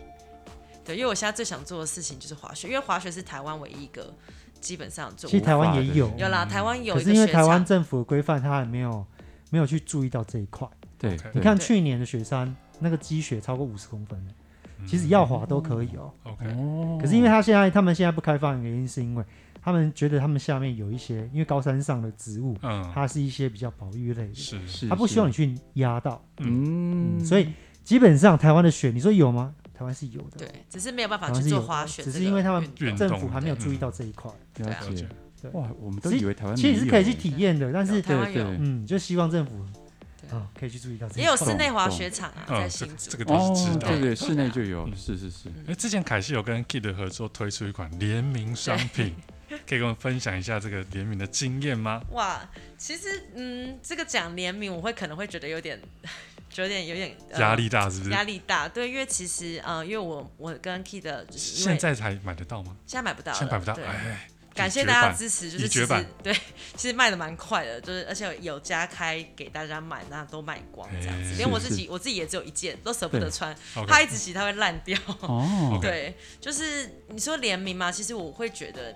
Speaker 1: 对，因为我现在最想做的事情就是滑雪，因为滑雪是台湾唯一一个基本上做
Speaker 4: 其实台湾
Speaker 2: 无法
Speaker 4: 也
Speaker 2: 的
Speaker 4: 有，
Speaker 1: 有啦，台湾有
Speaker 4: 可
Speaker 1: 一
Speaker 4: 是
Speaker 1: 个
Speaker 4: 因为
Speaker 1: 雪
Speaker 4: 台湾
Speaker 1: 场，
Speaker 4: 政府的规范，它还没有没有去注意到这一块。
Speaker 2: 对
Speaker 3: OK，
Speaker 2: 对
Speaker 4: 你看
Speaker 1: 对
Speaker 4: 去年的雪山，那个积雪超过五十公分了，
Speaker 3: 嗯
Speaker 4: 其实要滑都可以哦、
Speaker 3: OK，
Speaker 1: 嗯
Speaker 2: 哦，
Speaker 4: 可是因为他现在他们现在不开放，原因是因为他们觉得他们下面有一些，因为高山上的植物，
Speaker 3: 嗯，
Speaker 4: 它是一些比较保育类的，
Speaker 3: 是
Speaker 2: 是
Speaker 4: 他不希望你
Speaker 2: 你
Speaker 4: 去压到。
Speaker 2: 嗯，
Speaker 4: 所以基本上台湾的雪，你说有吗？台湾是有的，
Speaker 1: 对，只是没有办法
Speaker 4: 台湾
Speaker 1: 去
Speaker 4: 是有
Speaker 1: 做
Speaker 4: 的
Speaker 1: 滑雪这
Speaker 4: 只
Speaker 1: 个运动，
Speaker 4: 是因为他们
Speaker 3: 运
Speaker 4: 政
Speaker 3: 动
Speaker 4: 府
Speaker 3: 的
Speaker 4: 还没有
Speaker 3: 嗯
Speaker 4: 注意到这一块，
Speaker 2: 了
Speaker 1: 对啊
Speaker 3: 了
Speaker 2: 解
Speaker 3: 解，
Speaker 4: 对
Speaker 2: 哇，我们都
Speaker 4: 其实
Speaker 2: 以为台湾
Speaker 4: 其实
Speaker 2: 没
Speaker 4: 是可以
Speaker 2: 有
Speaker 4: 去
Speaker 2: 欸
Speaker 4: 体验的，但是
Speaker 1: 台湾
Speaker 2: 对
Speaker 1: 有
Speaker 2: 对
Speaker 4: 嗯，就希望政府
Speaker 1: 对
Speaker 4: 啊可以去注意到这
Speaker 1: 也
Speaker 4: 一块
Speaker 1: 有室内滑
Speaker 2: 懂
Speaker 1: 雪场啊，在
Speaker 3: 嗯，这
Speaker 1: 新
Speaker 3: 个
Speaker 1: 竹
Speaker 3: 这。个
Speaker 2: 哦
Speaker 3: 都是知道
Speaker 2: 对
Speaker 3: 的。
Speaker 2: 对，室内就有，
Speaker 3: 嗯
Speaker 2: 是是是，
Speaker 3: 哎，之前凯西有跟 Kid 合作推出一款联名商
Speaker 1: <laughs>
Speaker 3: 品，可以跟我们分享一下这个联名的经验吗？
Speaker 1: 哇，其实嗯，这个讲联名，我会可能会觉得有点， <laughs> 有点有点呃
Speaker 3: 压力大是不是
Speaker 1: 压？力大，对，因为其实呃，因为我我跟 Key 的，就是因为
Speaker 3: 现在才买得到吗？
Speaker 1: 现在买不到了，
Speaker 3: 现在买不到，
Speaker 1: 对，
Speaker 3: 哎，
Speaker 1: 感谢
Speaker 3: 绝
Speaker 1: 大家
Speaker 3: 版
Speaker 1: 支持，就
Speaker 3: 已
Speaker 1: 是其
Speaker 3: 绝
Speaker 1: 实
Speaker 3: 版
Speaker 1: 对， <laughs> 其实卖的蛮快的，就是而且有加开给大家买，那都卖光这样子，
Speaker 3: 哎
Speaker 1: 连我自
Speaker 3: <laughs>
Speaker 2: 是
Speaker 1: 己我自己也只有一件，都舍不得
Speaker 2: 对
Speaker 1: 穿，
Speaker 3: OK
Speaker 1: 它一直洗它会烂掉。
Speaker 2: 哦
Speaker 3: OK
Speaker 1: 对，就是你说联名嘛，其实我会觉得，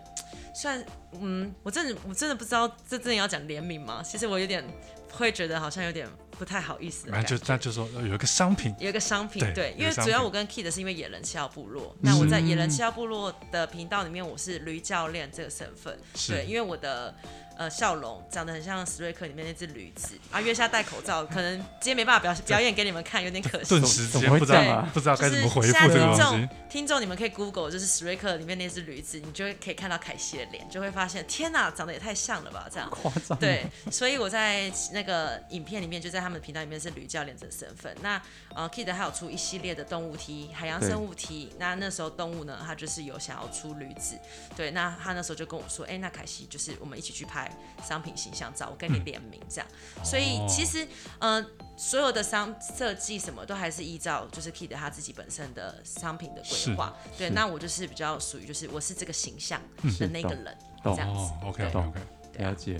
Speaker 1: 虽然嗯，我真的我真的不知道这真的要讲联名吗？其实我有点会觉得好像有点不太好意思的
Speaker 3: 然
Speaker 1: 感
Speaker 3: 后
Speaker 1: 觉
Speaker 3: 就。他就说呃有一个商品，
Speaker 1: 有一个商品，
Speaker 3: 对
Speaker 1: 对，因
Speaker 3: 有
Speaker 1: 为
Speaker 3: 个商
Speaker 1: 主要
Speaker 3: 品嗯
Speaker 1: 我跟 Kid 是因为野人七号部落，那我在野人七号部落的频道里面，我是驴教练这个身份，
Speaker 3: 是
Speaker 1: 对，因为我的呃笑容长得很像史瑞克里面那只驴子啊，月下戴口罩，可能今天没办法表表演给你们看，有点可惜
Speaker 3: <laughs> 顿。时之
Speaker 2: 怎
Speaker 3: 间
Speaker 2: 么会
Speaker 3: 不知
Speaker 2: 这样
Speaker 3: 道
Speaker 2: 啊
Speaker 3: 不知道该怎么
Speaker 1: 就
Speaker 3: 回
Speaker 1: 是
Speaker 3: 复
Speaker 1: 现在
Speaker 3: 这个
Speaker 1: 听
Speaker 3: 东
Speaker 1: 众
Speaker 3: 西。，
Speaker 1: 听众你们可以 Google，就是史瑞克里面那只驴子，你就会可以看到凯西的脸，就会发现天哪，长得也太像了吧，这样。
Speaker 2: 夸张，
Speaker 1: 对，所以我在那个影片里面，就在他们的频道里面是吕教练者的身份。那呃，Kid 还有出一系列的动物题、海洋生物题。那那时候动物呢，他就是有想要出驴子，对。那他那时候就跟我说，哎、那凯西就是我们一起去拍商品形象照，我
Speaker 3: 嗯
Speaker 1: 跟你联名这样。所以其实呃，所有的商设计什么都还是依照就是 Kid 他自己本身的商品的规
Speaker 3: 是
Speaker 1: 划。对，
Speaker 2: 是
Speaker 1: 那我就是比较属于就是我是这个形象的
Speaker 2: 是
Speaker 1: 那个
Speaker 2: 懂
Speaker 1: 人，
Speaker 2: 懂
Speaker 1: 这样子。
Speaker 3: 哦，OK
Speaker 1: 对
Speaker 3: OK OK，
Speaker 1: 对啊
Speaker 2: 了解。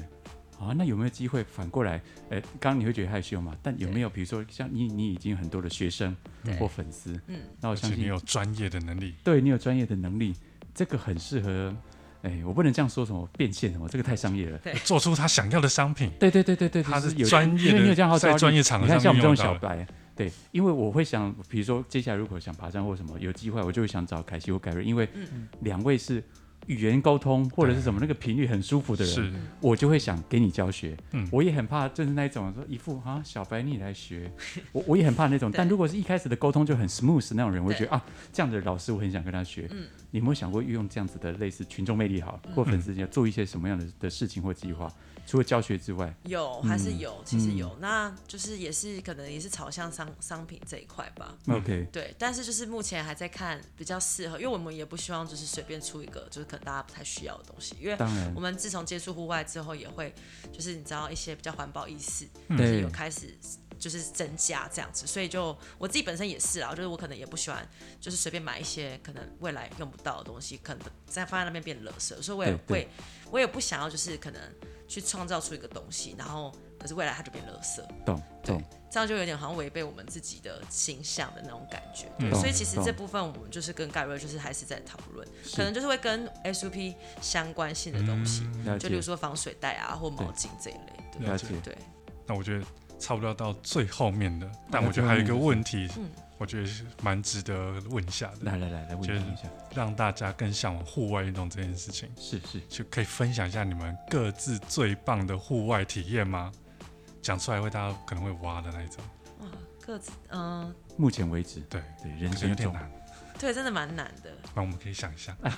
Speaker 2: 啊，那有没有机会反过来？呃，刚刚你会觉得害羞嘛？但有没有比如说像你，你已经有很多的学生
Speaker 1: 对
Speaker 2: 或粉丝，
Speaker 1: 嗯，
Speaker 2: 那我
Speaker 3: 而
Speaker 2: 相
Speaker 3: 且
Speaker 2: 信
Speaker 3: 你有专业的能力，
Speaker 2: 对你有专业的能力，这个很适合。哎，我不能这样说什么变现什么，这个太商业了。
Speaker 1: 对
Speaker 3: 做出他想要的商品。
Speaker 2: 对对对对对，
Speaker 3: 他
Speaker 2: 就是有
Speaker 3: 专业
Speaker 2: 因为
Speaker 3: 的
Speaker 2: 你有这样号召
Speaker 3: 在
Speaker 2: 力
Speaker 3: 专业场合
Speaker 2: 你看
Speaker 3: 上
Speaker 2: 像我
Speaker 3: 运
Speaker 2: 们这
Speaker 3: 用
Speaker 2: 种小
Speaker 3: 到的，
Speaker 2: 白，对，因为我会想，比如说接下来如果想爬山或什么有机会，我就会想找凯西或盖瑞，因为两位是语言沟通或者是什么那个频率很舒服的人，
Speaker 3: 是
Speaker 2: 我就会想给你教学。
Speaker 3: 嗯
Speaker 2: 我也很怕就是那一种说一副啊小白你来学，我我也很怕那种。
Speaker 1: <laughs> 对
Speaker 2: 但如果是一开始的沟通就很 smooth 那种人，我会觉
Speaker 1: 对
Speaker 2: 得啊这样的老师我很想跟他学。
Speaker 1: 嗯
Speaker 2: 你有没有想过运用这样子的类似群众魅力好或粉丝间做一些什么样的的事情或计划？除了教学之外，
Speaker 1: 有还是
Speaker 2: 嗯
Speaker 1: 有，其实
Speaker 2: 嗯
Speaker 1: 有，那就是也是可能也是朝向商商品这一块吧。
Speaker 2: OK，
Speaker 1: 对，但是就是目前还在看比较适合，因为我们也不希望就是随便出一个就是可能大家不太需要的东西，因为
Speaker 2: 当然
Speaker 1: 我们自从接触户外之后，也会就是你知道一些比较环保意识，就是
Speaker 2: 对
Speaker 1: 有开始就是增加这样子，所以就我自己本身也是啦，就是我可能也不喜欢就是随便买一些可能未来用不到的东西，可能再放在那边变垃圾，所以我也
Speaker 2: 对对
Speaker 1: 会我也不想要就是可能去创造出一个东西，然后可是未来它就变垃圾，
Speaker 2: 懂
Speaker 1: 对
Speaker 2: 懂，
Speaker 1: 这样就有点好像违背我们自己的形象的那种感觉。对，
Speaker 3: 嗯
Speaker 2: 懂
Speaker 1: 所以其实
Speaker 2: 懂
Speaker 1: 这部分我们就是跟盖瑞就是还是在讨论，
Speaker 2: 是
Speaker 1: 可能就是会跟 SUP 相关性的东西，
Speaker 3: 嗯
Speaker 2: 了
Speaker 1: 就比
Speaker 2: 解
Speaker 1: 如说防水袋啊或毛巾这一类的。
Speaker 2: 了
Speaker 3: 了
Speaker 2: 解
Speaker 3: 解，
Speaker 1: 对，
Speaker 3: 那我觉得差不多要到最后面了，但
Speaker 2: 那
Speaker 3: 我觉得还有一
Speaker 2: 最
Speaker 3: 个
Speaker 2: 后面
Speaker 3: 问题
Speaker 1: 嗯，
Speaker 3: 我觉得是蛮值得问一下的，
Speaker 2: 来来来来，问
Speaker 3: 就是
Speaker 2: 一下，
Speaker 3: 让大家更向往户外运动这件事情，
Speaker 2: 是是，
Speaker 1: 嗯
Speaker 3: 就可以分享一下你们各自最棒的户外体验吗？讲出来会大家可能会哇的那一种，
Speaker 1: 哇，各自嗯、
Speaker 2: 目前为止，
Speaker 3: 对，
Speaker 2: 对
Speaker 3: 可
Speaker 2: 人
Speaker 3: 能有
Speaker 2: 生
Speaker 3: 点
Speaker 2: 中，
Speaker 3: 难，
Speaker 1: 对，真的蛮难的。
Speaker 3: 那我们可以想一下，
Speaker 2: 哎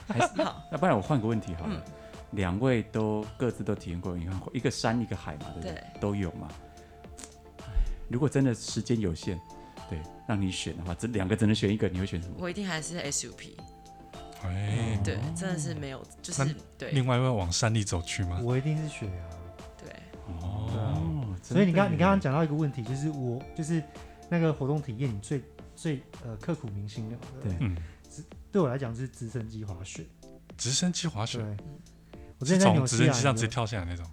Speaker 1: 好，
Speaker 2: 那不然我换个问题好
Speaker 1: 嗯
Speaker 2: 了，两位都各自都体验过，你看一个山一个海嘛，对不对？
Speaker 1: 对
Speaker 2: 都有嘛。如果真的时间有限，对，让你选的话，这两个只能选一个，你会选什么？
Speaker 1: 我一定还是 SUP，
Speaker 3: 哎，
Speaker 1: 对，真的是没有，就是
Speaker 3: 那
Speaker 1: 对
Speaker 3: 另外一位往山里走去吗？
Speaker 4: 我一定是雪啊。
Speaker 1: 对，
Speaker 3: 哦，
Speaker 4: 所以你刚
Speaker 2: 真的
Speaker 4: 你刚刚
Speaker 2: 耶
Speaker 4: 讲到一个问题，就是我就是那个活动体验，你最最呃刻骨铭心的，
Speaker 2: 对
Speaker 3: 嗯，
Speaker 4: 对我来讲就是直升机滑雪。
Speaker 3: 直升机滑雪
Speaker 4: 对，我之
Speaker 3: 是
Speaker 4: 前在
Speaker 3: 从
Speaker 4: 纽
Speaker 3: 直
Speaker 4: 西
Speaker 3: 升
Speaker 4: 兰
Speaker 3: 机上
Speaker 4: 的
Speaker 3: 直
Speaker 4: 时
Speaker 3: 接
Speaker 4: 候，
Speaker 3: 跳下来那种，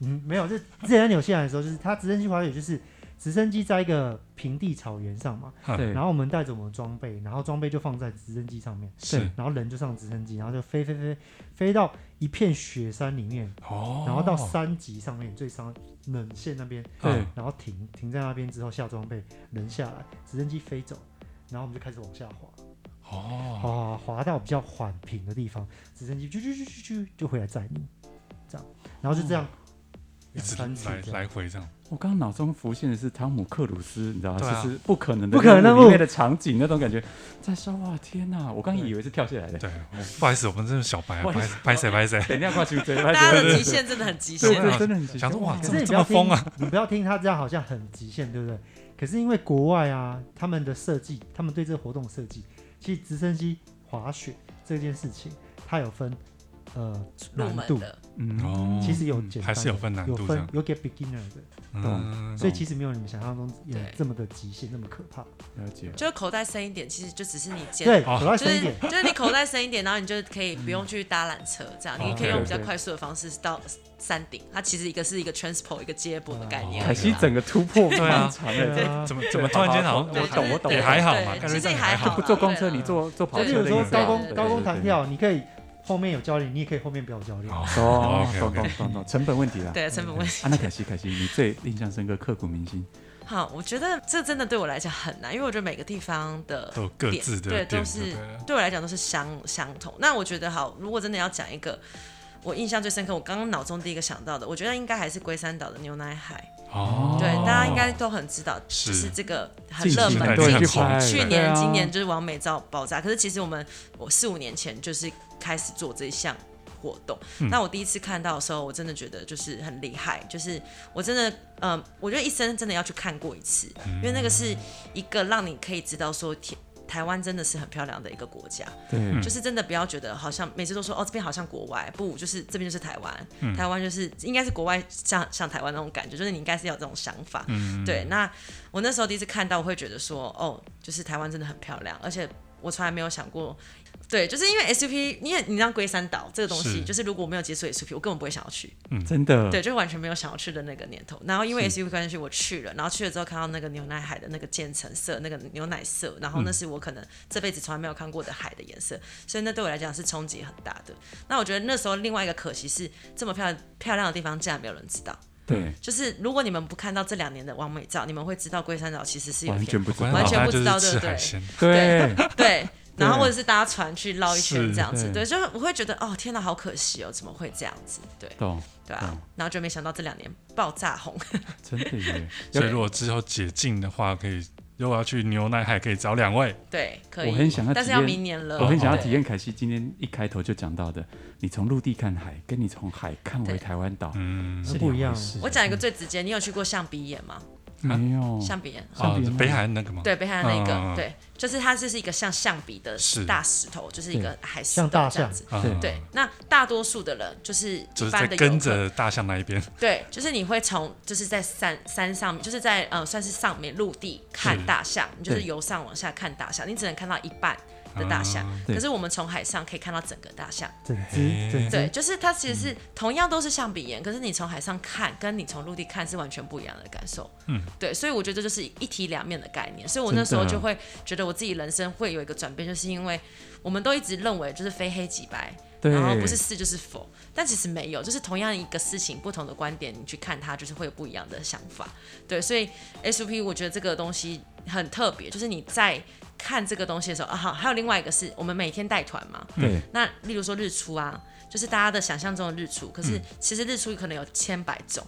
Speaker 4: 嗯，没有，就之前在纽西兰的时候，就是它直升机滑雪就是直升机在一个平地草原上嘛，
Speaker 2: 对，
Speaker 4: 然后我们带着我们的装备，然后装备就放在直升机上面，
Speaker 3: 是
Speaker 4: 然后人就上直升机，然后就飞飞飞飞到一片雪山里面，
Speaker 3: 哦，
Speaker 4: 然后到三级上面最上冷线那边，
Speaker 2: 对
Speaker 3: 嗯，
Speaker 4: 然后停停在那边之后下装备，人下来，直升机飞走，然后我们就开始往下滑，
Speaker 3: 哦，
Speaker 4: 滑滑到比较缓平的地方，直升机啾啾啾啾啾就回来载你，这样，然后就
Speaker 3: 哦
Speaker 4: 这样
Speaker 3: 一
Speaker 4: 两
Speaker 3: 直
Speaker 4: 三次
Speaker 3: 来
Speaker 4: 这样
Speaker 3: 来回这样，
Speaker 2: 我刚刚脑中浮现的是汤姆克鲁斯，你知道吗？
Speaker 3: 对啊
Speaker 2: 就是不可能的，
Speaker 4: 不可能的
Speaker 2: 里面的场景那种感觉，在说哇天哪！我刚以为是跳下来的，
Speaker 3: 对，我不好意思，我们这是小白啊，
Speaker 2: 不好
Speaker 3: 拍
Speaker 2: 意
Speaker 3: 谁拍谁拍谁，
Speaker 2: <laughs> 等一下挂球追，
Speaker 1: 大家
Speaker 2: 对
Speaker 1: 的
Speaker 2: 对
Speaker 1: 极限真的很极
Speaker 2: 对
Speaker 1: 限
Speaker 2: 对。
Speaker 3: 啊
Speaker 2: 真的很极限
Speaker 3: 想说哇
Speaker 4: 可
Speaker 3: 这
Speaker 4: 是
Speaker 3: 么
Speaker 4: 你不
Speaker 3: 这
Speaker 4: 要
Speaker 3: 么
Speaker 4: 听
Speaker 3: 疯啊，
Speaker 4: 你不要听他这样好像很极限，对不对？可是因为国外啊，他们的设计，他们对这个活动设计，其实直升机滑雪这件事情，它有分呃
Speaker 1: 入
Speaker 4: 难
Speaker 1: 门
Speaker 4: 度，
Speaker 1: 的，
Speaker 2: 嗯，
Speaker 3: 哦
Speaker 4: 其实有简单的
Speaker 3: 还是有分难
Speaker 4: 有
Speaker 3: 度这
Speaker 4: 分
Speaker 3: 样，
Speaker 4: 有给 beginner 的，
Speaker 3: 嗯，
Speaker 4: 所以其实没有你们想象中有
Speaker 1: 对
Speaker 4: 这么的极限，那么可怕。
Speaker 2: 了解。
Speaker 1: 就是口袋深一点，其实就只是你肩
Speaker 4: 对，
Speaker 3: 哦
Speaker 4: 口袋
Speaker 1: 就
Speaker 4: 深一
Speaker 1: 是 <laughs>
Speaker 4: 点，
Speaker 1: 就是你口袋深一点，然后你就可以不用去搭缆车，这样、
Speaker 3: 嗯
Speaker 1: 你可以
Speaker 3: OK，
Speaker 1: 用比较
Speaker 2: OK
Speaker 1: 快速的方式到山顶。它其实一个是一个 transport，一个接驳的概念。
Speaker 2: 凯西整个突破
Speaker 3: <laughs> 对啊
Speaker 2: 蛮长的，
Speaker 4: 对啊
Speaker 3: 怎么怎么突然间好像
Speaker 2: 对
Speaker 1: 对
Speaker 2: 我懂我懂
Speaker 1: 对
Speaker 3: 也还好嘛
Speaker 1: 对
Speaker 3: 感觉
Speaker 1: 其实
Speaker 3: 这
Speaker 1: 也
Speaker 3: 样
Speaker 1: 还
Speaker 3: 还
Speaker 1: 好啦。
Speaker 3: 好
Speaker 2: 不坐公车，
Speaker 1: 对
Speaker 2: 你
Speaker 1: 啦
Speaker 2: 坐坐跑
Speaker 4: 就
Speaker 1: 对
Speaker 4: 比
Speaker 2: 车
Speaker 4: 如
Speaker 2: 的
Speaker 4: 说
Speaker 2: 意思
Speaker 4: 高
Speaker 2: 啊
Speaker 4: 空
Speaker 2: 对
Speaker 4: 高空
Speaker 2: 对
Speaker 4: 弹
Speaker 2: 对
Speaker 4: 跳，你可以后面有教练，你也可以后面不要有教练。
Speaker 2: 哦，
Speaker 3: OK
Speaker 2: 懂
Speaker 3: OK，
Speaker 2: 懂懂懂，成本问题啦。
Speaker 1: 对成本问题。
Speaker 2: 啊，那凯西凯西，你最印象深刻、刻骨铭心，
Speaker 1: 好，我觉得这真的对我来讲很难，因为我觉得每个地方的
Speaker 3: 都有各
Speaker 1: 点
Speaker 3: 自的
Speaker 1: 对
Speaker 3: 点
Speaker 1: 都
Speaker 3: 就是对了
Speaker 1: 对我来讲都是相相同。那我觉得好，如果真的要讲一个我印象最深刻，我刚刚脑中第一个想到的，我觉得应该还是龟山岛的牛奶海。
Speaker 3: 哦，
Speaker 1: 对，大家应该都很知道，
Speaker 3: 是
Speaker 1: 就是这个很
Speaker 2: 近
Speaker 1: 热
Speaker 2: 期
Speaker 3: 很
Speaker 1: 门
Speaker 2: 多人
Speaker 1: 近
Speaker 3: 近
Speaker 2: 去
Speaker 1: 期
Speaker 3: 期
Speaker 2: 拍，
Speaker 1: 去
Speaker 2: 对
Speaker 1: 年、
Speaker 2: 啊
Speaker 1: 今年就是完美照爆炸。可是其实我们我四五年前就是开始做这一项活动。那我第一次看到的时候，我真的觉得就是很厉害，就是我真的，嗯、我觉得一生真的要去看过一次，因为那个是一个让你可以知道说天。台湾真的是很漂亮的一个国家，
Speaker 2: 对
Speaker 1: 就是真的不要觉得好像每次都说哦这边好像国外，不就是这边就是台湾，台湾就是应该是国外像像台湾那种感觉，就是你应该是要有这种想法。对，那我那时候第一次看到，我会觉得说哦，就是台湾真的很漂亮，而且我从来没有想过。对，就是因为 SUP，因为你知道龟山岛这个东西，
Speaker 3: 是
Speaker 1: 就是如果我没有接触 SUP，我根本不会想要去。
Speaker 2: 真的，
Speaker 1: 对，就是完全没有想要去的那个念头。然后因为 SUP 关系，我去了，然后去了之后看到那个牛奶海的那个渐层色，那个牛奶色，然后
Speaker 2: 嗯
Speaker 1: 那是我可能这辈子从来没有看过的海的颜色，所以那对我来讲是冲击很大的。那我觉得那时候另外一个可惜是，这么漂亮漂亮的地方竟然没有人知道。
Speaker 2: 对，
Speaker 1: 就是如果你们不看到这两年的完美照，你们会知道龟山岛其实是有
Speaker 2: 完
Speaker 1: 一片
Speaker 2: 全不知道，
Speaker 1: 完全不知道
Speaker 3: 大家就是
Speaker 1: 对
Speaker 3: 吃
Speaker 1: 不对
Speaker 3: 海鲜，
Speaker 2: 对，
Speaker 1: 对， <laughs> 然后
Speaker 2: 对
Speaker 1: 或者是搭船去绕一圈
Speaker 3: 是
Speaker 1: 这样子，
Speaker 2: 对
Speaker 1: 对，就是我会觉得哦，天哪，好可惜哦，怎么会这样子？对
Speaker 2: 懂，
Speaker 1: 对啊
Speaker 2: 懂，
Speaker 1: 然后就没想到这两年爆炸红，
Speaker 2: 真的
Speaker 1: <laughs>
Speaker 2: 耶，
Speaker 3: 所以如果之后解禁的话，可以如果要去牛奶海，可以找两位，
Speaker 1: 对，可以。
Speaker 2: 我很想要体
Speaker 1: 但是要
Speaker 2: 验，
Speaker 1: 明年了。
Speaker 2: 我很想要
Speaker 1: 对
Speaker 2: 体验凯西今天一开头就讲到的，你从陆地看海，跟你从海看回
Speaker 1: 对
Speaker 2: 台湾岛
Speaker 3: 嗯，
Speaker 2: 是
Speaker 4: 不一样
Speaker 2: 两回事啊
Speaker 1: 我讲一个最直接，你有去过象鼻眼吗？
Speaker 2: 没有，
Speaker 1: 象鼻眼，
Speaker 2: 上
Speaker 3: 哦
Speaker 2: 边，
Speaker 3: 北海岸那个吗？
Speaker 1: 对，北海岸那
Speaker 3: 嗯嗯
Speaker 1: 个，
Speaker 3: 嗯
Speaker 1: 对，就是它就是一个像象鼻的
Speaker 3: 是
Speaker 1: 大石头，就是一个海石
Speaker 4: 像
Speaker 1: 头
Speaker 4: 大
Speaker 1: 这样
Speaker 4: 象
Speaker 1: 子。
Speaker 3: 啊，
Speaker 2: 对
Speaker 1: 对，那大多数的人就是一
Speaker 3: 就是
Speaker 1: 般
Speaker 3: 在
Speaker 1: 的
Speaker 3: 跟
Speaker 1: 游客
Speaker 3: 着大象那一边，
Speaker 1: 对，就是你会从就是在山山上面，就是在呃算是上面陆地看大象，你就是由上往下看大象，你只能看到一半，的大象，
Speaker 3: 啊
Speaker 2: 嗯对
Speaker 1: 可是我们从海上可以看到整个大象。
Speaker 4: 整只
Speaker 3: 哎
Speaker 4: 整
Speaker 1: 对，
Speaker 4: 只，
Speaker 1: 就是它其实
Speaker 2: 嗯
Speaker 1: 是同样都是象鼻岩，可是你从海上看跟你从陆地看是完全不一样的感受。
Speaker 3: 嗯，
Speaker 1: 对，所以我觉得这就是一体两面的概念。所以我那时候
Speaker 2: 真的
Speaker 1: 就会觉得我自己人生会有一个转变，就是因为我们都一直认为就是非黑即白，
Speaker 2: 对，
Speaker 1: 然后不是是就是否，但其实没有，就是同样一个事情，不同的观点，你去看它，就是会有不一样的想法。对，所以 SUP 我觉得这个东西很特别，就是你在看这个东西的时候啊，好，还有另外一个是我们每天带团嘛，
Speaker 2: 对
Speaker 1: 那例如说日出啊，就是大家的想象中的日出，可
Speaker 3: 嗯
Speaker 1: 是其实日出可能有千百种，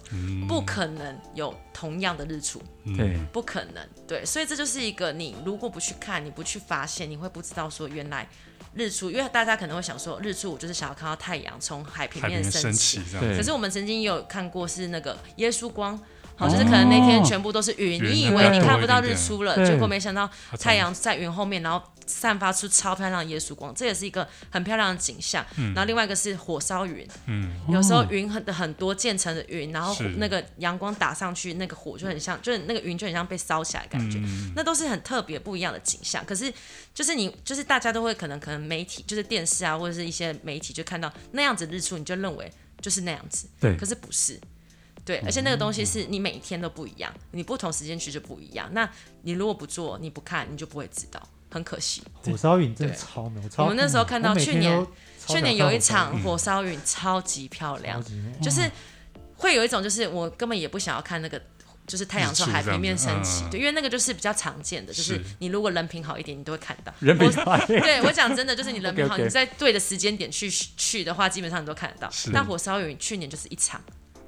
Speaker 1: 不可能有同样的日出，
Speaker 3: 嗯
Speaker 2: 对，
Speaker 1: 不可能。对，所以这就是一个你如果不去看，你不去发现，你会不知道说原来日出，因为大家可能会想说日出，我就是想要看到太阳从海平
Speaker 3: 海
Speaker 1: 面
Speaker 3: 边升
Speaker 1: 起
Speaker 3: 起。这样，
Speaker 2: 对
Speaker 1: 可是我们曾经也有看过是那个耶稣光。好，就是可能那天
Speaker 2: 哦
Speaker 1: 全部都是云，
Speaker 3: 哦云
Speaker 1: 你以
Speaker 3: 很
Speaker 1: 为你
Speaker 3: 多
Speaker 1: 看
Speaker 3: 一
Speaker 1: 不到
Speaker 3: 点
Speaker 1: 日
Speaker 3: 点
Speaker 1: 出了，
Speaker 2: 对
Speaker 1: 结果没想到
Speaker 3: 它从
Speaker 1: 太阳在云后面，然后散发出超漂亮的耶稣光，这也是一个很漂亮的景象。然后另外一个是火烧云，
Speaker 3: 嗯
Speaker 1: 有时候云很很多渐层的云，然后
Speaker 3: 是
Speaker 1: 那个阳光打上去，那个火就很像，就是那个云就很像被烧起来的感觉，
Speaker 3: 嗯
Speaker 1: 那都是很特别不一样的景象。可是就是你就是大家都会可能可能媒体就是电视啊或者是一些媒体就看到那样子日出，你就认为就是那样子，
Speaker 2: 对
Speaker 1: 可是不是。对，而且那个东西是你每天都不一样，你不同时间区就不一样。那你如果不做，你不看，你就不会知道，很可惜。
Speaker 4: 火烧云真的
Speaker 1: 对
Speaker 4: 超美，我超
Speaker 1: 我们那时候看到
Speaker 4: 我每
Speaker 1: 去
Speaker 4: 天
Speaker 1: 年
Speaker 4: 都超
Speaker 1: 去
Speaker 4: 想
Speaker 1: 年
Speaker 4: 看
Speaker 1: 有一
Speaker 4: 火烧
Speaker 1: 场火烧云超级漂
Speaker 4: 云
Speaker 1: 亮
Speaker 4: 超，级美
Speaker 1: 就是会有一种就是我根本也不想要看那个，就是太阳从海平面升
Speaker 3: 日出这
Speaker 1: 起
Speaker 3: 样，子
Speaker 1: 对，因为那个就是比较常见的，就是
Speaker 3: 是
Speaker 1: 你如果人品好一点，你都会看到。
Speaker 2: 人比 <laughs>
Speaker 1: 我
Speaker 2: 大
Speaker 1: <laughs> 对我讲真的，就是你人品好，
Speaker 2: OK，OK
Speaker 1: 你在对的时间点去去的话，基本上你都看得到
Speaker 3: 是。
Speaker 1: 但火烧云去年就是一场，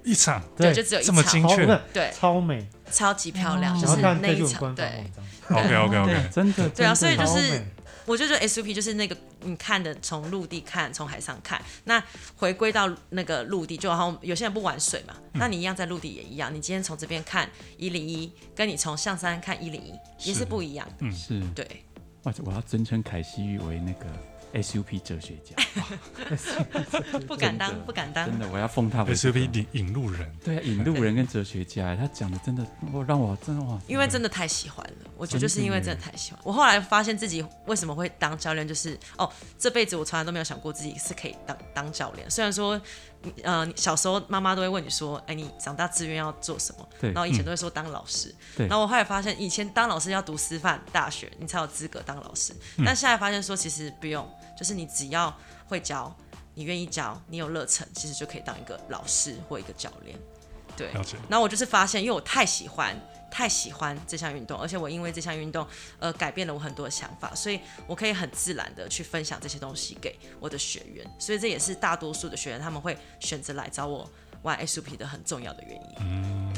Speaker 3: 一场
Speaker 1: 对，
Speaker 4: 对，
Speaker 1: 就只有一
Speaker 3: 这么
Speaker 1: 场，
Speaker 3: 精
Speaker 4: 好
Speaker 3: 确
Speaker 4: 不是
Speaker 1: 对，
Speaker 4: 超美，
Speaker 1: 超级漂亮，就
Speaker 4: 然后
Speaker 1: 是
Speaker 4: 看
Speaker 1: 那
Speaker 4: 这
Speaker 1: 一
Speaker 4: 种
Speaker 1: 场，
Speaker 4: 官方
Speaker 1: 对
Speaker 4: 网。站，
Speaker 3: ，OK <laughs> OK OK，
Speaker 2: 真的
Speaker 1: <laughs> 对啊所以就
Speaker 4: 超
Speaker 1: 是
Speaker 4: 美
Speaker 1: 我就觉得 SUP 就是那个你看的从陆地看，从海上看，那回归到那个陆地，就好像有些人不玩水嘛，那你一样在陆地也一样，你今天从这边看一零一，跟你从象山看一零一也是
Speaker 3: 是
Speaker 1: 不一样的。
Speaker 2: 是
Speaker 1: 对，
Speaker 2: 哇，我要尊称凯西玉为那个 SUP 哲学家，
Speaker 1: 不敢
Speaker 2: 真
Speaker 1: 当，
Speaker 2: 的
Speaker 1: 不敢
Speaker 2: 真
Speaker 1: <laughs> 当。
Speaker 2: 的，我要奉他为这个
Speaker 3: SUP 引引路人，
Speaker 2: 对啊，引路人跟哲学家，他讲的真的，我让我真的哇，
Speaker 1: 因为真的太喜欢了，我觉得就是因为真的太喜欢。我后来发现自己为什么会当教练，就是哦，这辈子我从来都没有想过自己是可以当当教练。虽然说，你呃，你小时候妈妈都会问你说，哎，你长大志愿要做什么？
Speaker 2: 对
Speaker 1: 然后以前都会说当老师。
Speaker 2: 对
Speaker 1: 然后我后来发现，以前当老师要读师范大学，你才有资格当老师。但现在发现说，其实不用，就是你只要会教，你愿意教，你有热忱，其实就可以当一个老师或一个教练。对，
Speaker 3: 了解，
Speaker 1: 然后我就是发现，因为我太喜欢。太喜欢这项运动，而且我因为这项运动，呃，改变了我很多的想法，所以我可以很自然的去分享这些东西给我的学员，所以这也是大多数的学员他们会选择来找我玩 SUP 的很重要的原因。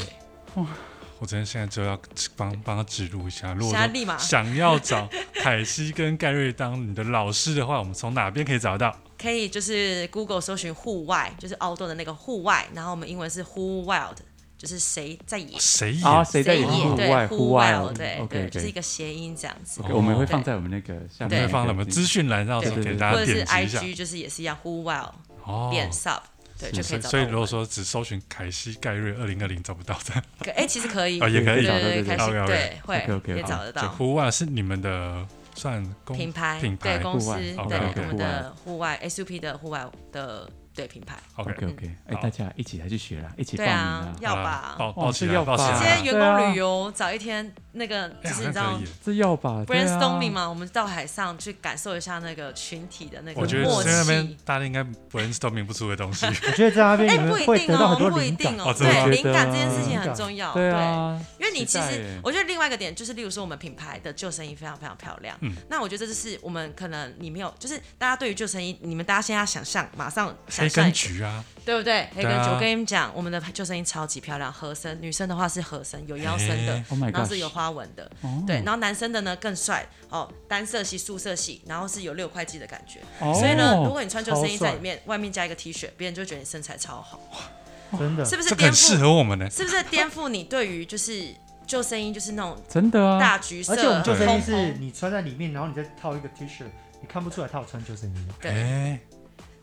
Speaker 3: 我真的现在就要帮帮他指路一下，如果
Speaker 1: 现在立马
Speaker 3: 说想要找凯西跟盖瑞当你的老师的话，我们从哪边可以找到？
Speaker 1: 可以就是 Google 搜寻户外，就是 outdoor 的那个户外，然后我们英文是 who wild，就是谁在野，
Speaker 3: 谁也
Speaker 2: 啊，谁在
Speaker 1: 野
Speaker 2: 引路
Speaker 1: 对
Speaker 2: 外户
Speaker 1: who
Speaker 2: 外
Speaker 1: wild，
Speaker 2: 哦
Speaker 1: 对对，
Speaker 2: ，OK
Speaker 1: 就是一
Speaker 2: OK，
Speaker 1: 个谐音这样子。
Speaker 2: 我们会
Speaker 1: 对
Speaker 2: 放在我们那个下
Speaker 1: 对
Speaker 3: 会
Speaker 2: 面那个
Speaker 3: 放在我们资讯栏，到时候
Speaker 1: 对
Speaker 3: 给大
Speaker 1: 或者
Speaker 3: 家
Speaker 1: 是
Speaker 3: 点击一下
Speaker 1: IG 就是也是一样 who wild
Speaker 3: 哦。
Speaker 1: 点 sub，对就可
Speaker 3: 所
Speaker 1: 以
Speaker 3: 以，
Speaker 1: 找
Speaker 3: 所
Speaker 1: 到
Speaker 3: 以
Speaker 1: 我
Speaker 3: 如果
Speaker 1: 们。
Speaker 3: 说只搜寻凯西盖瑞二零二零找不到的，
Speaker 1: 可哎，其实可以，
Speaker 3: 哦也可
Speaker 1: <laughs>
Speaker 3: 以
Speaker 1: 对
Speaker 2: 找到
Speaker 1: 对
Speaker 2: 对对
Speaker 1: 对，开始
Speaker 3: OK，OK
Speaker 1: 对会
Speaker 2: OK，OK，
Speaker 1: 也找得
Speaker 3: 这
Speaker 1: 到。
Speaker 3: 户外是你们的算公
Speaker 1: 品牌
Speaker 3: 品牌
Speaker 1: 对公司
Speaker 2: 户外
Speaker 1: 对我
Speaker 3: OK，OK，
Speaker 1: 们
Speaker 2: 户外
Speaker 1: 的户外 SUP 的户外的对品牌，
Speaker 3: OK，
Speaker 2: OK OK，哎，
Speaker 3: 好
Speaker 2: 大家一起来去学啦，一起报
Speaker 1: 对
Speaker 2: 名
Speaker 1: 啊
Speaker 2: 啦，，
Speaker 1: 要
Speaker 3: 好啦
Speaker 1: 吧。
Speaker 3: 抱
Speaker 2: 哇
Speaker 3: 抱起
Speaker 2: 这
Speaker 3: 来，
Speaker 2: 要
Speaker 3: 抱起
Speaker 1: 今
Speaker 2: 吧直
Speaker 1: 天
Speaker 3: 来，
Speaker 2: 接
Speaker 1: 员
Speaker 2: 对啊
Speaker 1: 工旅游早一天，那个就
Speaker 3: 哎
Speaker 1: 是你
Speaker 3: 好
Speaker 1: 知道
Speaker 3: 像可以耶
Speaker 2: 这要吧
Speaker 1: brainstorming？
Speaker 2: 对啊
Speaker 1: 嘛，我们到海上去感受一下那个群体的那个
Speaker 3: 我觉得
Speaker 1: 默
Speaker 3: 在那边
Speaker 1: 契。
Speaker 3: 大家应该
Speaker 1: <laughs>
Speaker 3: brainstorming 不出的东西，
Speaker 4: 我觉得在那边
Speaker 1: 哎、
Speaker 4: 你
Speaker 1: 不
Speaker 4: 们
Speaker 1: 一
Speaker 4: 会
Speaker 1: 定
Speaker 4: 得到
Speaker 1: 哦
Speaker 4: 很，多
Speaker 1: 不一
Speaker 4: 灵感
Speaker 1: 定。哦，
Speaker 3: 真的吗
Speaker 1: 对，
Speaker 2: 我
Speaker 1: 灵
Speaker 2: 觉得
Speaker 1: 感这件事情很重要，
Speaker 2: 对啊，
Speaker 1: 因为你其
Speaker 2: 期待
Speaker 1: 实
Speaker 2: 耶，
Speaker 1: 我觉得另外一个点就是，例如说我们品牌的救生衣非常非常漂亮。
Speaker 3: 嗯
Speaker 1: 那我觉得这就是我们可能你没有，就是大家对于救生衣，你们大家现在想象，马上
Speaker 3: 黑
Speaker 1: 想象
Speaker 3: 跟
Speaker 1: 一个
Speaker 3: 橘啊，
Speaker 1: 对不对？黑
Speaker 3: 对
Speaker 1: 跟
Speaker 3: 啊
Speaker 1: 橘，我跟你们讲，我们的救生衣超级漂亮，合身。女生的话是合身，有腰身的
Speaker 3: 哎
Speaker 2: Oh my
Speaker 1: 然后是有
Speaker 2: god，
Speaker 1: 花纹的。
Speaker 3: Oh
Speaker 1: 对，然后男生的呢更帅哦，单色系、素色系，然后是有六块肌的感觉。
Speaker 2: 哦
Speaker 3: 哦
Speaker 1: 所以呢，如果你穿救生衣
Speaker 4: 超帅
Speaker 1: 在里面，外面加一个 T 恤，别人就觉得你身材超好，
Speaker 4: 真的
Speaker 1: 哦是不是
Speaker 3: 这个
Speaker 1: 颠
Speaker 3: 很适
Speaker 1: 覆？
Speaker 3: 合我们呢。
Speaker 1: 是不是颠覆你对于就是救生衣就是那种
Speaker 2: 真的啊，
Speaker 1: 大橘色？
Speaker 4: 而且我们救生衣
Speaker 1: 红
Speaker 4: 是
Speaker 1: 红
Speaker 4: 你穿在里面，然后你再套一个 T 恤，你看不出来他有穿救生衣，
Speaker 1: 对
Speaker 3: 哎，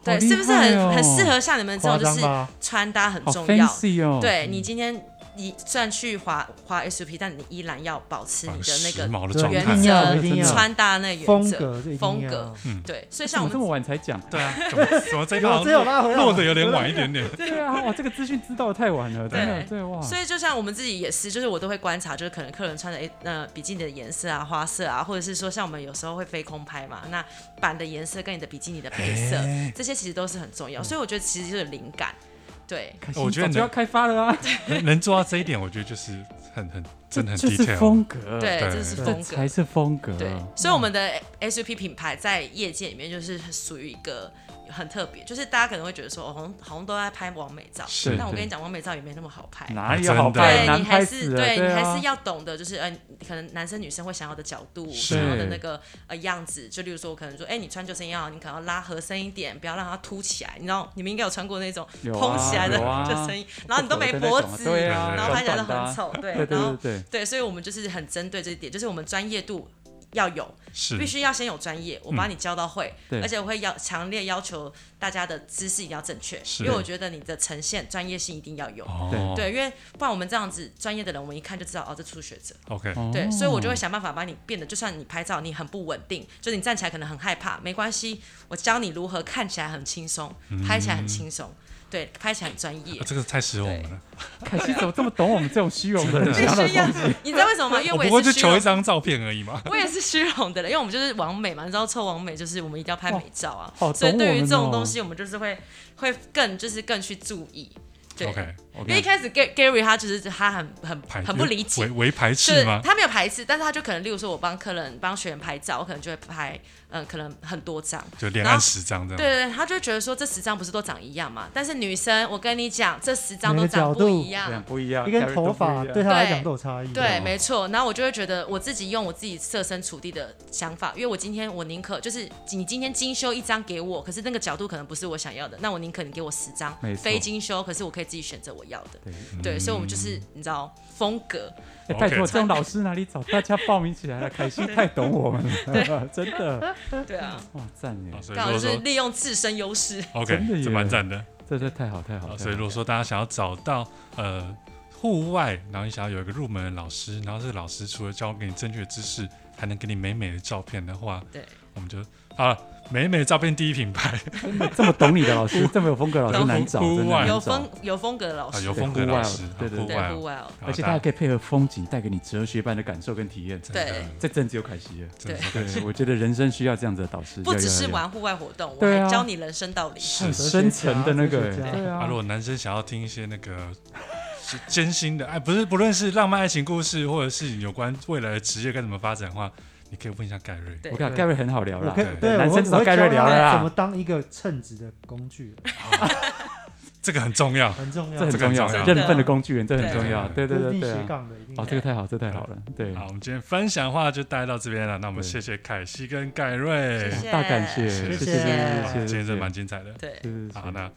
Speaker 1: 对，是不是
Speaker 2: 好厉害
Speaker 1: 很
Speaker 2: 哦
Speaker 1: 很适合像你们这
Speaker 4: 夸
Speaker 1: 种就
Speaker 4: 张
Speaker 1: 是
Speaker 4: 吧？
Speaker 1: 穿搭很
Speaker 2: 好
Speaker 1: 重要？
Speaker 2: fancy 哦，
Speaker 1: 对你今天你虽然去滑滑 SUP，但你依然要保持你
Speaker 3: 把
Speaker 1: 的那
Speaker 3: 时
Speaker 1: 个
Speaker 3: 髦的
Speaker 4: 对
Speaker 3: 状
Speaker 1: 原
Speaker 4: 一定要一定
Speaker 1: 则、
Speaker 4: 要
Speaker 1: 穿搭那个原
Speaker 4: 风
Speaker 1: 则。
Speaker 4: 格，这一定
Speaker 1: 风
Speaker 4: 要
Speaker 1: 格对，所以
Speaker 2: 哎怎
Speaker 1: 像我
Speaker 2: 么这么
Speaker 1: 们
Speaker 2: 晚才讲？
Speaker 3: 对啊，怎么怎么这一
Speaker 4: 有
Speaker 3: 套
Speaker 4: 这有拉回来
Speaker 3: 落的有点晚一
Speaker 1: <laughs>
Speaker 3: 点点，
Speaker 2: 对啊，哇，这个资讯知道的太晚了，真的，
Speaker 1: 对
Speaker 2: 对哇，
Speaker 1: 所以就像我们自己也是，就是我都会观察，就是可能客人穿的诶呃比基尼的颜色啊、花色啊，或者是说像我们有时候会飞空拍嘛，那板的颜色跟你的比基尼的配色，
Speaker 3: 哎
Speaker 1: 这些其实都是很重要。所以我觉得其实就是灵感，对，
Speaker 2: 开
Speaker 3: 我觉得
Speaker 2: 早
Speaker 3: 你
Speaker 2: 就要开发了啊，
Speaker 3: 能能做到这一点，我觉得就是很很真的很
Speaker 2: 这就是
Speaker 3: detail。
Speaker 2: 风格，
Speaker 1: 对，
Speaker 3: 对
Speaker 1: 这是
Speaker 2: 这
Speaker 1: 风格
Speaker 2: 才。是风格，
Speaker 1: 对，所以我们的 SUP 品牌在业界里面就是属于一个很特别，就是大家可能会觉得说，哦，好像好像都在拍完美照，
Speaker 3: 是
Speaker 1: 但我
Speaker 2: 对
Speaker 1: 跟你讲，完美照也没那么好拍。
Speaker 2: 哪里
Speaker 3: 啊
Speaker 2: 有好
Speaker 3: 真的
Speaker 2: 拍，
Speaker 1: 对
Speaker 2: 难
Speaker 1: 你
Speaker 2: 拍
Speaker 1: 还
Speaker 2: 死
Speaker 1: 是
Speaker 2: 了，
Speaker 1: 对你
Speaker 2: 对
Speaker 1: 还
Speaker 2: 啊
Speaker 1: 是，要懂得，就是呃，可能男生女生会想要的角度，
Speaker 3: 是
Speaker 1: 想要的那个呃样子，就例如说，我可能说，哎、你穿救生衣啊，你可能要拉合身一点，不要让它凸起来。你知道，你们应该有穿过那种
Speaker 2: 有啊
Speaker 1: 蓬起来的
Speaker 2: 有啊
Speaker 1: 救生衣，然后你都没
Speaker 2: 不
Speaker 1: 脖
Speaker 2: 火的那种啊
Speaker 1: 子，
Speaker 2: 对啊，
Speaker 1: 然后拍起来都
Speaker 2: 短短的啊
Speaker 1: 很丑，对，
Speaker 2: 对对
Speaker 1: 然后
Speaker 2: 对对，
Speaker 1: 对，所以我们就是很针对这一点，就是我们专业度要有，
Speaker 3: 是
Speaker 1: 必须要先有专业，我把你教到会，
Speaker 2: 嗯对
Speaker 1: 而且我会要强烈要求大家的知识一定要正确，
Speaker 3: 是
Speaker 1: 因为我觉得你的呈现专业性一定要有。
Speaker 3: 哦，
Speaker 1: 对，因为不然我们这样子专业的人，我们一看就知道哦，这初学者。
Speaker 3: ，OK，
Speaker 2: 哦
Speaker 1: 对，所以我就会想办法把你变得，就算你拍照你很不稳定，就是你站起来可能很害怕，没关系，我教你如何看起来很轻松，拍起来很轻松，
Speaker 2: 嗯
Speaker 1: 对，拍起来很专业
Speaker 3: 啊。这个太适合我们了。
Speaker 2: 凯西怎么这么懂我 <laughs> 们这种虚荣的人
Speaker 1: 必
Speaker 2: 想要的
Speaker 1: 须要
Speaker 2: 东西？，
Speaker 1: 你知道为什么吗？因
Speaker 3: 我
Speaker 1: 为
Speaker 3: 不
Speaker 1: 我
Speaker 3: 过
Speaker 1: 也
Speaker 3: 就是
Speaker 1: 虚荣
Speaker 3: 求一张照片而已嘛。
Speaker 1: 我也是虚荣的人，因为我们就是完美嘛，你知道凑完美就是我们一定要拍美照啊，
Speaker 2: 哇好
Speaker 1: 所以
Speaker 2: 懂我
Speaker 1: 对于
Speaker 2: 们
Speaker 1: 这种
Speaker 2: 哦
Speaker 1: 东西，我们就是会会更就是更去注意。对
Speaker 3: OK，
Speaker 2: 我
Speaker 1: 因
Speaker 2: 跟
Speaker 1: 为
Speaker 2: 你
Speaker 1: 一开始 Ga- Gary 他就是他很很
Speaker 3: 排
Speaker 1: 很不理解
Speaker 3: 为，为排
Speaker 1: 就
Speaker 3: 斥
Speaker 1: 是
Speaker 3: 吗？
Speaker 1: 他没有排斥，但是他就可能，例如说我帮客人帮学员拍照，我可能就会拍，嗯、可能很多张。
Speaker 3: 就连
Speaker 1: 然
Speaker 3: 按
Speaker 1: 后
Speaker 3: 十张这
Speaker 1: 对
Speaker 3: 样。
Speaker 1: 对对，他就会觉得说这十张不是都长一样嘛？但是女生，我跟你讲，这十张
Speaker 4: 每
Speaker 1: 都
Speaker 4: 个
Speaker 1: 长
Speaker 4: 角
Speaker 1: 不
Speaker 4: 度
Speaker 1: 一样
Speaker 2: 讲。不一样，
Speaker 4: 一根
Speaker 2: 啊 Gary 都
Speaker 4: 头
Speaker 2: 不
Speaker 4: 发
Speaker 2: 一样
Speaker 4: 对他来
Speaker 1: 对
Speaker 4: 讲都有差异。啊
Speaker 1: 对，
Speaker 3: 哦
Speaker 1: 没错。然后我就会觉得我自己用我自己设身处地的想法，因为我今天我宁可就是你今天精修一张给我，可是那个角度可能不是我想要的，那我宁可你给我十张
Speaker 2: 没错
Speaker 1: 非精修，可是我可以自己选择我要的。
Speaker 2: 对
Speaker 1: 对，所以我们就是你知道风格，
Speaker 2: 哎
Speaker 3: OK
Speaker 2: 拜托，这种老师哪里找？大家报名起来了，凯西太懂我们了，真的，
Speaker 1: <laughs> 对啊，
Speaker 2: 哇，赞耶
Speaker 3: 啊，所以
Speaker 1: 刚好
Speaker 3: 如
Speaker 1: 就
Speaker 3: 果
Speaker 1: 是
Speaker 3: 说
Speaker 1: 利用自身优 <laughs> 势。
Speaker 2: 真的耶
Speaker 3: OK，这蛮赞的。
Speaker 2: 这这太好太好
Speaker 3: 啊，
Speaker 2: 了。
Speaker 3: 所以如果说大家想要找到呃户外，然后你想要有一个入门的老师，然后这个老师除了教给你正确的知识，还能给你美美的照片的话，
Speaker 1: 对，
Speaker 3: 我们就好了。美美的照片第一品牌
Speaker 2: 真的这么懂你的老师，这么有风格的老师难找，
Speaker 3: 户
Speaker 2: 真的
Speaker 3: 外
Speaker 2: 难
Speaker 1: 有
Speaker 2: 找
Speaker 1: 风哦有风格的老
Speaker 3: 啊，
Speaker 1: 师，
Speaker 3: 有风格
Speaker 2: 哦对户外
Speaker 3: 老师，啊
Speaker 2: 对对
Speaker 3: 户
Speaker 1: 对
Speaker 3: 外
Speaker 1: 户
Speaker 3: 哦，
Speaker 1: 外哦，
Speaker 2: 而且它还可以配合风景，带给你哲学般的感受跟体验。
Speaker 3: 真
Speaker 1: 对
Speaker 3: 的，
Speaker 2: 这真只有凯西了。
Speaker 3: 真的
Speaker 1: 对
Speaker 3: 真的
Speaker 2: 对，我觉得人生需要这样子的导师，
Speaker 1: 不
Speaker 2: 要
Speaker 1: 只
Speaker 2: 要
Speaker 1: 是
Speaker 2: 要
Speaker 1: 玩户外活动，我
Speaker 2: 对啊
Speaker 1: 还教你人生道理。
Speaker 2: 很
Speaker 3: 是是。
Speaker 2: 深层的那个，
Speaker 4: 哲学家
Speaker 2: 哎
Speaker 4: 哲学
Speaker 2: 对
Speaker 3: 啊，
Speaker 2: 啊
Speaker 3: 如，果男生想要听一些那个是艰辛的，哎，不是，不论是浪漫爱情故事，或者是有关未来的职业该怎么发展的话，你可以问一下盖瑞。
Speaker 1: 对
Speaker 2: 我看
Speaker 4: 对
Speaker 2: 盖瑞很好聊
Speaker 4: 我
Speaker 2: 啦
Speaker 4: 可以，
Speaker 3: 对
Speaker 4: 对，
Speaker 2: 男
Speaker 4: 我
Speaker 2: 生
Speaker 4: 会
Speaker 2: 至少
Speaker 4: 我会
Speaker 2: 盖瑞
Speaker 4: 教
Speaker 2: 聊
Speaker 4: 他
Speaker 2: 了
Speaker 4: 怎么
Speaker 2: 啦，
Speaker 4: 当一个称职的工具，
Speaker 3: 这个很重要。
Speaker 4: 很重要，
Speaker 2: <laughs> 这很
Speaker 3: 这个
Speaker 2: 重
Speaker 3: 很
Speaker 2: 要
Speaker 3: 重，要
Speaker 2: 认份的工具人，这很
Speaker 1: 对
Speaker 2: 重要，对
Speaker 4: 这
Speaker 2: 对
Speaker 4: 是
Speaker 2: 对
Speaker 4: 逆
Speaker 2: 对
Speaker 4: 斜
Speaker 2: 啊。
Speaker 4: 杠的，一定
Speaker 2: 哦，
Speaker 4: 要
Speaker 2: 这个太好，这太好了，对，
Speaker 3: 好，我们今天分享的话就带到这边了。那我们
Speaker 2: 嗯对
Speaker 3: 谢谢凯西跟盖瑞，
Speaker 1: 谢谢
Speaker 2: 大感谢，
Speaker 3: 谢
Speaker 2: 谢谢
Speaker 4: 谢
Speaker 2: 谢
Speaker 3: 哇
Speaker 2: 谢，
Speaker 3: 今天真的蛮
Speaker 2: 谢
Speaker 3: 精彩的。
Speaker 1: 对，
Speaker 2: 谢是是
Speaker 3: 好，那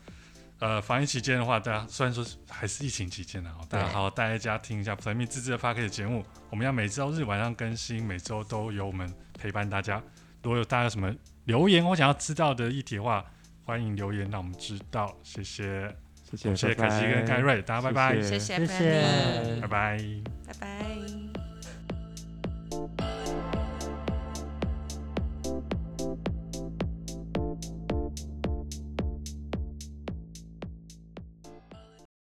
Speaker 3: 呃，防疫期间的话，大家虽然说是还是疫情期间啊，大家好好待在家听一下《神秘自制》的 p a r k 节目。我们要每周日晚上更新，每周都有我们陪伴大家。如果有大家有什么留言或想要知道的议题的话，欢迎留言让我们知道。谢谢，
Speaker 2: 谢谢
Speaker 3: 谢谢凯西跟盖，瑞，大家拜
Speaker 2: 拜
Speaker 3: 拜
Speaker 2: 拜，
Speaker 1: 谢谢
Speaker 4: 谢谢
Speaker 1: Fanny，
Speaker 3: 嗯拜拜。
Speaker 1: 拜拜。